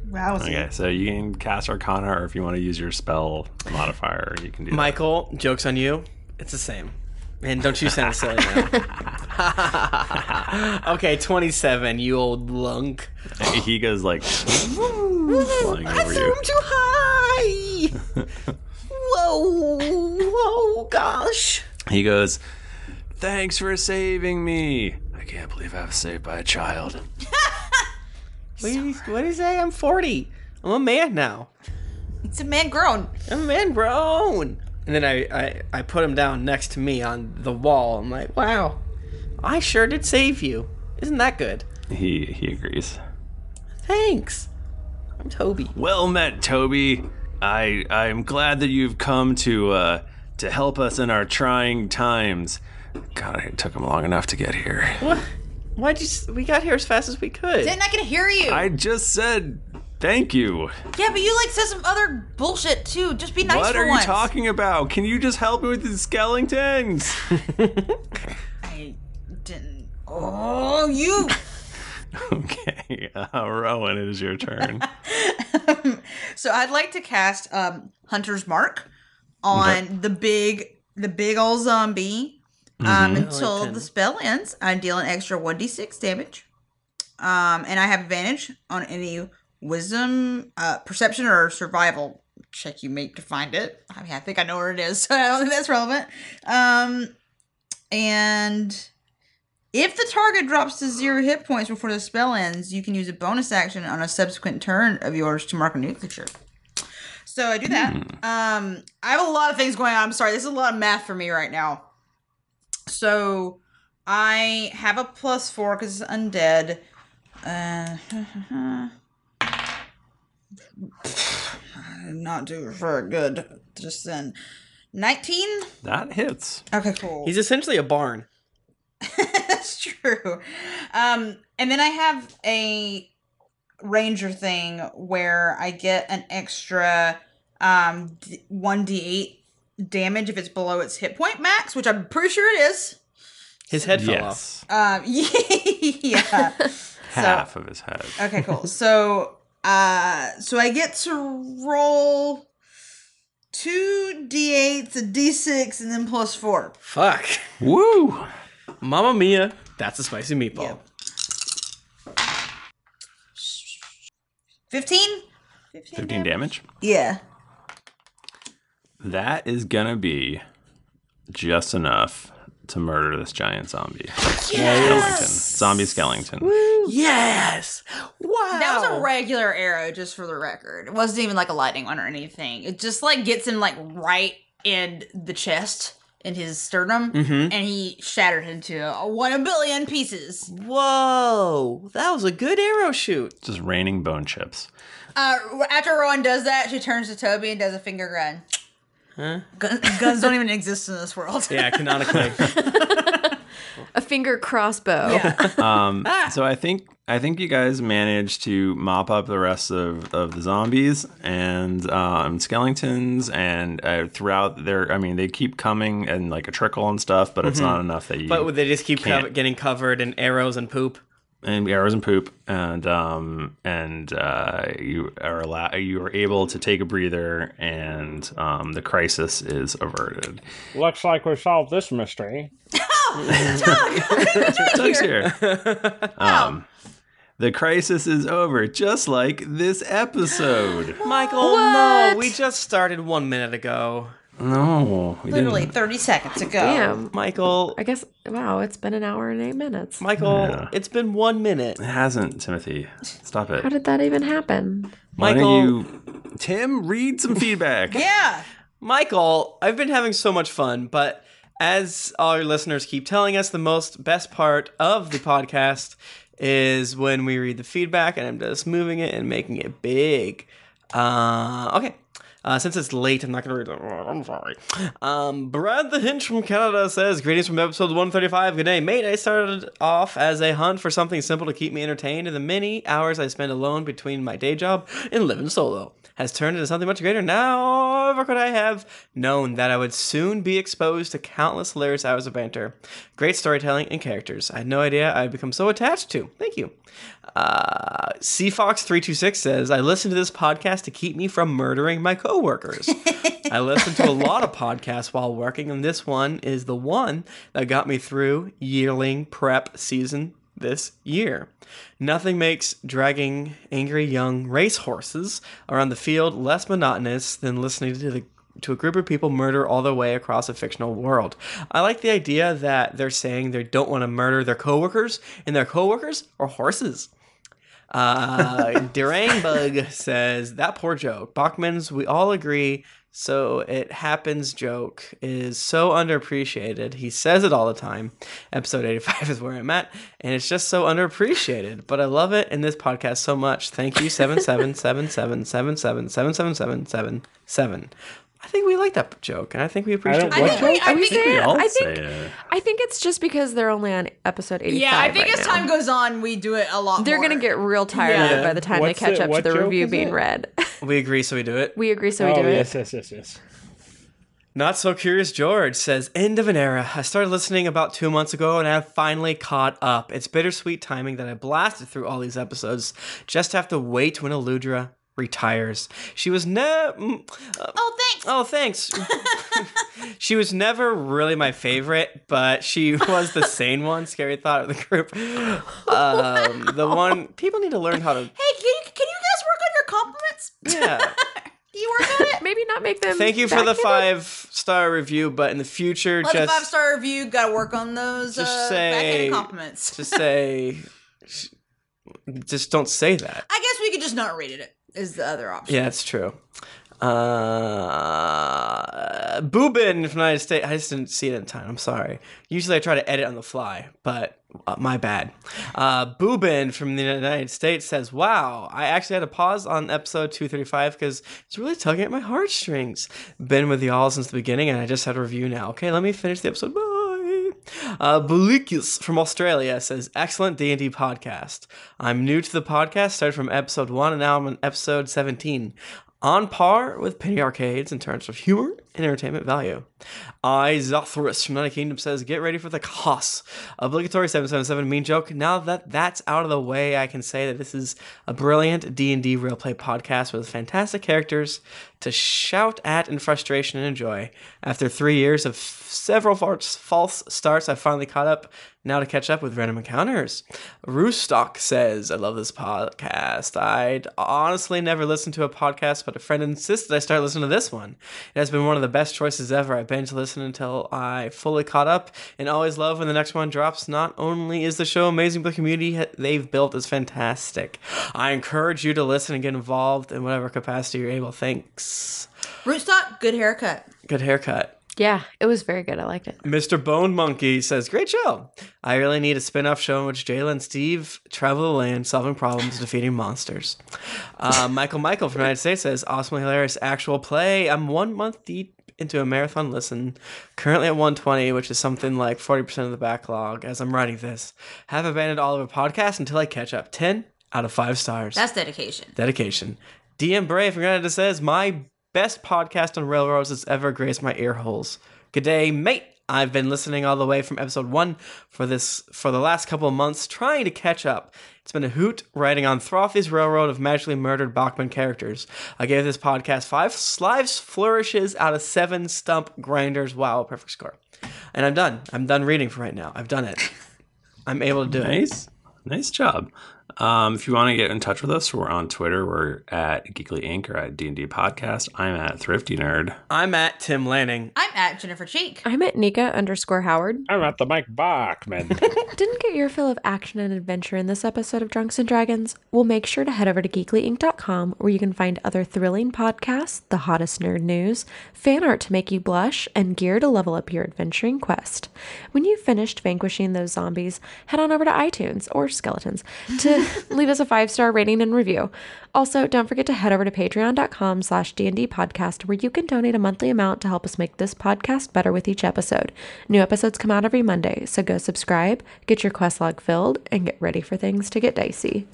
C: Wow.
A: Okay, so you can cast Arcana, or if you want to use your spell modifier, you can do that.
B: Michael, jokes on you. It's the same. And don't you sound silly now. [LAUGHS] okay, 27, you old lunk.
A: He goes like flying over
B: threw
A: you.
B: him too
A: [LAUGHS]
B: high. whoa, whoa, gosh.
A: He goes, "Thanks for saving me. I can't believe I was saved by a child."
B: What do, you, what do you say? I'm 40. I'm a man now.
C: It's a man grown.
B: I'm a man grown. And then I, I, I put him down next to me on the wall. I'm like, wow, I sure did save you. Isn't that good?
A: He he agrees.
B: Thanks. I'm Toby.
A: Well met, Toby. I I'm glad that you've come to uh to help us in our trying times. God, it took him long enough to get here.
B: What? Why'd you? s- We got here as fast as we could.
C: Denton, I can hear you.
A: I just said thank you.
C: yeah, but you like said some other bullshit too. Just be nice
A: what
C: for
A: are
C: once.
A: you talking about? Can you just help me with the skeletons? [LAUGHS]
C: Denton. Oh, you.
A: okay, uh, Rowan, it is your
C: [LAUGHS]
A: turn.
C: Um, So I'd like to cast um, Hunter's Mark on the big the big old zombie um,
I: Mhm.
C: until
I: Skeleton.
C: the spell ends. I deal an extra one d six damage, um, and I have advantage on any Wisdom, uh, Perception, or Survival check you make to find it. I mean, I think I know where it is, [LAUGHS] so I don't think that's relevant. Um, and if the target drops to zero hit points before the spell ends, you can use a bonus action on a subsequent turn of yours to mark a new creature. So I do that.
A: Hmm.
C: Um, I have a lot of things going on. I'm sorry, this is a lot of math for me right now. So I have a plus four because it's undead. Uh, [LAUGHS] not doing very good just then. 19?
A: That hits.
C: Okay, cool.
B: He's essentially a barn.
C: [LAUGHS] That's true. Um, and then I have a ranger thing where I get an extra um d- 1d8 damage if it's below its hit point max, which I'm pretty sure it is.
B: His head fell
A: Yes.
C: Um, [LAUGHS] yeah.
A: Half of his head.
C: Okay, cool. So, uh, so I get to roll two d8s, a d6, and then plus four.
B: off. Fuck.
A: Woo.
B: Mamma mia. That's a spicy meatball.
C: 15?
A: 15 damage.
C: Yeah.
A: That is going to be just enough to murder this giant zombie. Skellington. Zombie Skellington.
B: Yes. Wow.
C: That was a regular arrow, just for the record. It wasn't even like a lightning one or anything. It just like gets him like right in the chest, in his sternum,
B: Mhm.
C: and he shattered into a one a billion pieces.
B: Whoa. That was a good arrow shoot.
A: Just raining bone chips.
C: Uh, after Rowan does that, she turns to Toby and does a finger gun.
A: Huh?
C: Gun- Guns don't even exist in this world.
B: [LAUGHS]
C: [LAUGHS]
B: canonically.
E: a finger crossbow.
A: um,
B: Ah!
A: so I think I think you guys managed to mop up the rest of, of the zombies and um, skeletons and uh, throughout their I mean they keep coming and like a trickle and stuff but it's
B: Mhm.
A: not enough that you
B: But they just keep
A: can't.
B: cov- getting covered in arrows and poop.
A: and arrows and poop and um and uh, you are allow- you are able to take a breather and um, the crisis is averted.
D: Looks like we solved this
C: [LAUGHS]
D: mystery.
A: Doug's here. [LAUGHS] Um, the crisis is over, just like this
B: [GASPS]
A: episode.
B: Michael, no. We just started one minute ago.
A: No, we
C: Literally
A: didn't.
C: 30 seconds ago.
E: Damn.
B: Michael.
E: I guess, wow, it's been an hour and eight minutes.
B: Michael, it's been one minute.
A: It hasn't, Timothy. Stop it.
E: How did that even happen?
A: Why
B: Michael-
A: don't you, Tim, read some feedback.
C: Yeah.
B: Michael, I've been having so much fun, but as all your listeners keep telling us, the most best part of the podcast is when we read the feedback, and I'm just moving it and making it big. Uh, okay. Uh, since it's late, I'm not going to read it. I'm sorry. Um, Brad the Hinch from Canada says, Greetings from episode 135. Good day, mate. I started off as a hunt for something simple to keep me entertained, and the many hours I spend alone between my day job and living solo has turned into something much greater. Now, ever could I have known that I would soon be exposed to countless hilarious hours of banter, great storytelling, and characters I had no idea I'd become so attached to. Thank you. Uh, CFox326 says, I listen to this podcast to keep me from murdering my coworkers. I listen to a lot of podcasts while working, and this one is the one that got me through yearling prep season this year. Nothing makes dragging angry young racehorses around the field less monotonous than listening to the to a group of people murder all their way across a fictional world. I like the idea that they're saying they don't want to murder their coworkers, and their coworkers are horses. Uh, Durangbug says that poor joke. Bachman's, we all agree. So it happens. Joke is so underappreciated. He says it all the time. Episode eighty-five is where I'm at, and it's just so underappreciated. But I love it in this podcast so much. Thank you, seven seven seven seven seven seven seven seven seven seven seven. I think we like that joke, and I think we appreciate.
D: don't- what
B: that.
D: joke? I
E: think- we all I
A: think-
E: I think it's just because they're only on episode 85.
C: Yeah, I think
E: right
C: as
E: now.
C: time goes on, we do it a lot
E: They're
C: more.
E: going to get real tired of it
B: Yeah.
E: by the time
B: What's
E: they catch
B: it-
E: up to
B: what
E: the
B: joke
E: review
B: is
E: being
B: it? Oh,
E: read. [LAUGHS]
B: We agree, so we do it.
E: We agree, so we do
D: yes,
E: it.
D: yes, yes, yes.
B: Not so curious George says, End of an era. I started listening about two months ago and I have finally caught up. It's bittersweet timing that I blasted through all these episodes. Just have to wait when Eludra retires. She was no.
C: oh, thanks.
B: Oh,
E: [LAUGHS]
B: thanks. she was never really my favorite, but she was the sane one, scary thought of the
E: [LAUGHS]
B: group. Um, The one people need to learn how to.
C: Hey, can you, can you guys work on your compliments? [LAUGHS]
B: Yeah.
C: you work on
E: [LAUGHS]
C: it?
E: Maybe not make them.
B: Thank you for the five star review, but in the future,
C: Let
B: just.
C: a five star review. Got to work on those
B: just
C: uh,
B: say
C: backhanded compliments. [LAUGHS]
B: just say, just don't say that.
C: I guess we could just not read it. Is the other option?
B: Yeah, it's true. Uh, Boobin from United States. I just didn't see it in time. I'm sorry. Usually I try to edit on the fly, but uh, my bad. Uh, Boobin from the United States says, Wow, I actually had to pause on episode 235 because it's really tugging at my heartstrings. Been with y'all since the beginning, and I just had a review now. Okay, let me finish the episode. Bye. [LAUGHS] Uh, Balukius from Australia says, "Excellent D and D podcast. I'm new to the podcast. Started from episode one, and now I'm on episode 17. On par with penny arcades in terms of humor and entertainment value. I, Zothrus from United Kingdom, says, Get ready for the cost. Obligatory 777 mean joke. Now that that's out of the way, I can say that this is a brilliant D&D real play podcast with fantastic characters to shout at in frustration and enjoy. After three years of several false, false starts, I finally caught up. Now to catch up with random encounters. Roostock says, I love this podcast. I'd honestly never listened to a podcast, but a friend insisted I start listening to this one. It has been one of the best choices ever. I binge listen until I fully caught up and always love when the next one drops. Not only is the show amazing, but the community they've built is fantastic. I encourage you to listen and get involved in whatever capacity you're able. Thanks.
C: Rootstock, good haircut.
B: Good haircut.
E: Yeah, it was very good. I liked it.
B: Mr. Bone Monkey says, Great show. I really need a spin off show in which Jayla and Steve travel the land, solving problems, defeating monsters. Uh, Michael Michael from United States says, Awesomely hilarious actual play. I'm one month deep into a marathon listen, currently at 120, which is something like 40% of the backlog as I'm writing this. Have abandoned all of a podcast until I catch up. 10 out of 5 stars.
C: That's dedication.
B: Dedication. DM Brave from Canada says, My best podcast on railroads that's ever graced my ear holes. G'day, mate. I've been listening all the way from episode one for this for the last couple of months, trying to catch up. It's been a hoot writing on Throthy's Railroad of magically murdered Bachman characters. I gave this podcast five slives flourishes out of seven stump grinders. Wow, perfect score. And I'm done. I'm done reading for right now. I've done
A: [LAUGHS]
B: it. I'm able to do it.
A: Nice. Nice job. Um, if you want to get in touch with us, we're on Twitter. We're at Geekly Inc. or at D&D Podcast. I'm at Thrifty Nerd.
B: I'm at Tim Lanning.
C: I'm at Jennifer Cheek.
E: I'm at Nika underscore Howard.
D: I'm at the Mike
A: [LAUGHS]
D: Bachman.
E: Didn't get your fill of action and adventure in this episode of Drunks and Dragons? Well, make sure to head over to geeklyinc.com where you can find other thrilling podcasts, the hottest nerd news, fan art to make you blush, and gear to level up your adventuring quest. When you've finished vanquishing those zombies, head on over to iTunes or Skeletons [LAUGHS] to leave us a five-star rating and review. Also, don't forget to head over to patreon.com slash D&D podcast where you can donate a monthly amount to help us make this podcast better with each episode. New episodes come out every Monday, so go subscribe, get your quest log filled, and get ready for things to get dicey.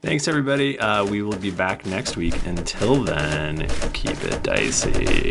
A: Thanks, everybody. Uh, we will be back next week. Until then, keep it dicey.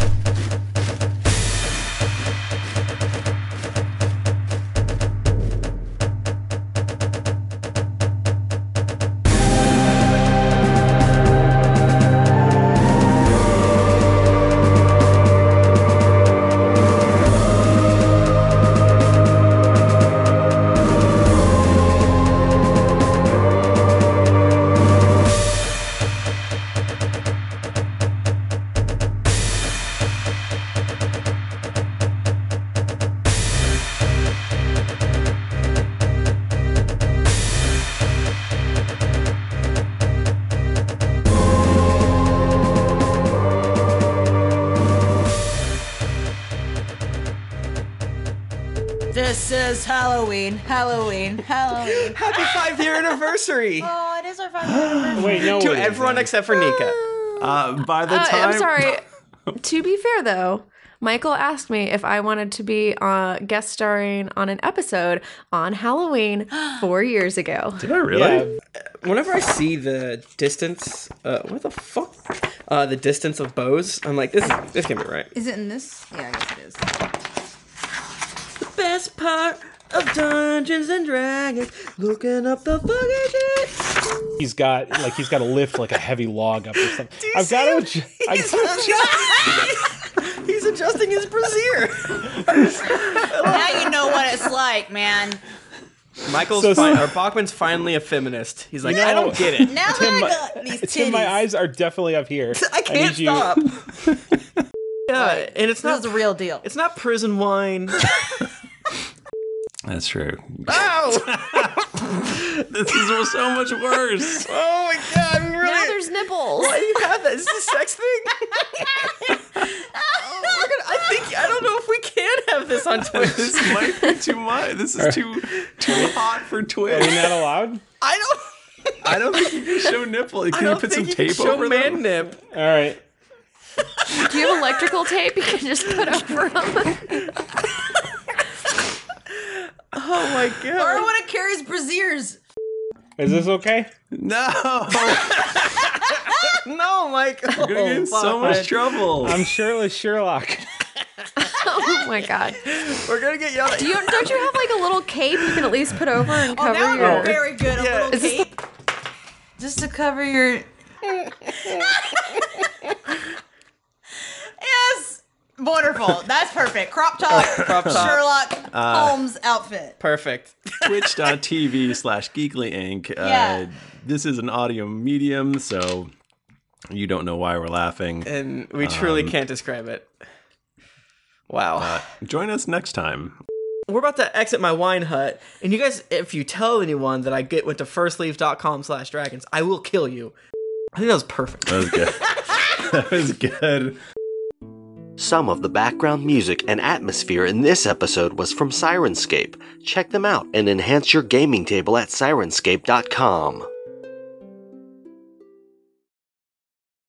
C: This is Halloween,
B: [LAUGHS]
C: Halloween, Halloween.
B: Happy five
C: [LAUGHS]
B: year anniversary!
C: Oh, it is our
B: [GASPS]
C: five year anniversary.
B: to everyone except for Nika.
A: Uh, by the
E: Uh,
A: time
E: I'm
A: [LAUGHS]
E: sorry. to be fair, though, Michael asked me if I wanted to be uh, guest starring on an episode
A: [GASPS]
E: on Halloween four years ago.
A: Did I really?
B: Whenever I see the distance, uh, what the fuck? Uh, the distance of bows, I'm like, this this can't be right.
C: Is it in this? Yeah, I guess it is.
B: The best part of Dungeons and Dragons, looking up the fucking shit.
D: He's got like he's got to lift like a heavy log up or something. [LAUGHS] I've got to. adju-
C: [LAUGHS]
D: I
B: He's,
D: gotta
B: adjust- he's adjusting his brassiere.
C: [LAUGHS] now you know what it's like, man.
B: Michael's
D: So-
B: fine, or Bachman's finally a feminist. He's like,
D: You know-
B: I don't get it.
C: Now that I got these
D: Tim, my
C: titties.
D: eyes are definitely up
C: [LAUGHS]
D: here.
B: I can't stop. yeah, and it's not
C: the real deal.
B: It's not prison wine.
C: [LAUGHS]
A: That's true. [LAUGHS]
B: Oh!
D: [LAUGHS]
B: Ow!
A: this is so much
B: [LAUGHS]
A: worse.
B: Oh my god! I'm really...
E: Now there's nipples.
B: Why do you have that? Is this a sex thing? Oh,
E: [LAUGHS]
B: we're gonna- I think I don't know if we can have [LAUGHS] this on Twitch.
A: this might be too much. This is too too hot for Twitch.
D: Are we not allowed?
B: I don't.
A: I don't think you can show nipple. Can you
B: don't
A: put some
B: think you can
A: tape
B: show
A: over
B: man
A: them?
B: nip.
D: All right.
E: Do you have electrical tape you can just put over them?
B: Oh my god.
C: Or when it carries brasiers.
D: Is this okay?
A: No.
B: Oh. [LAUGHS] no, Mike. You're
A: gonna
C: Oh,
A: get in so much trouble.
D: I'm shirtless Sherlock.
E: oh my god.
B: We're gonna get yelled at.
E: Do you don't you have like a little cape you can at least put over and
C: Oh,
E: cover
C: now
E: your
C: you're very good. A little
E: Is this
C: cape. Just to cover your. yes! Wonderful. That's perfect. Crop top,
A: Crop top.
C: Sherlock
A: Uh,
C: Holmes outfit.
B: Perfect. [LAUGHS]
A: Twitch.tv slash Geekly Inc.
C: Yeah.
A: Uh, this is an audio medium, so you don't know why we're laughing. Um,
B: And we truly can't describe it. Wow.
A: join us next time.
B: We're about to exit my wine hut, and you guys, if you tell anyone that I get went to firstleaf.com slash dragons, I will kill you. I think that was perfect.
A: That was good. [LAUGHS] that was good.
J: Some of the background music and atmosphere in this episode was from Sirenscape. Check them out and enhance your gaming table at sirenscape.com.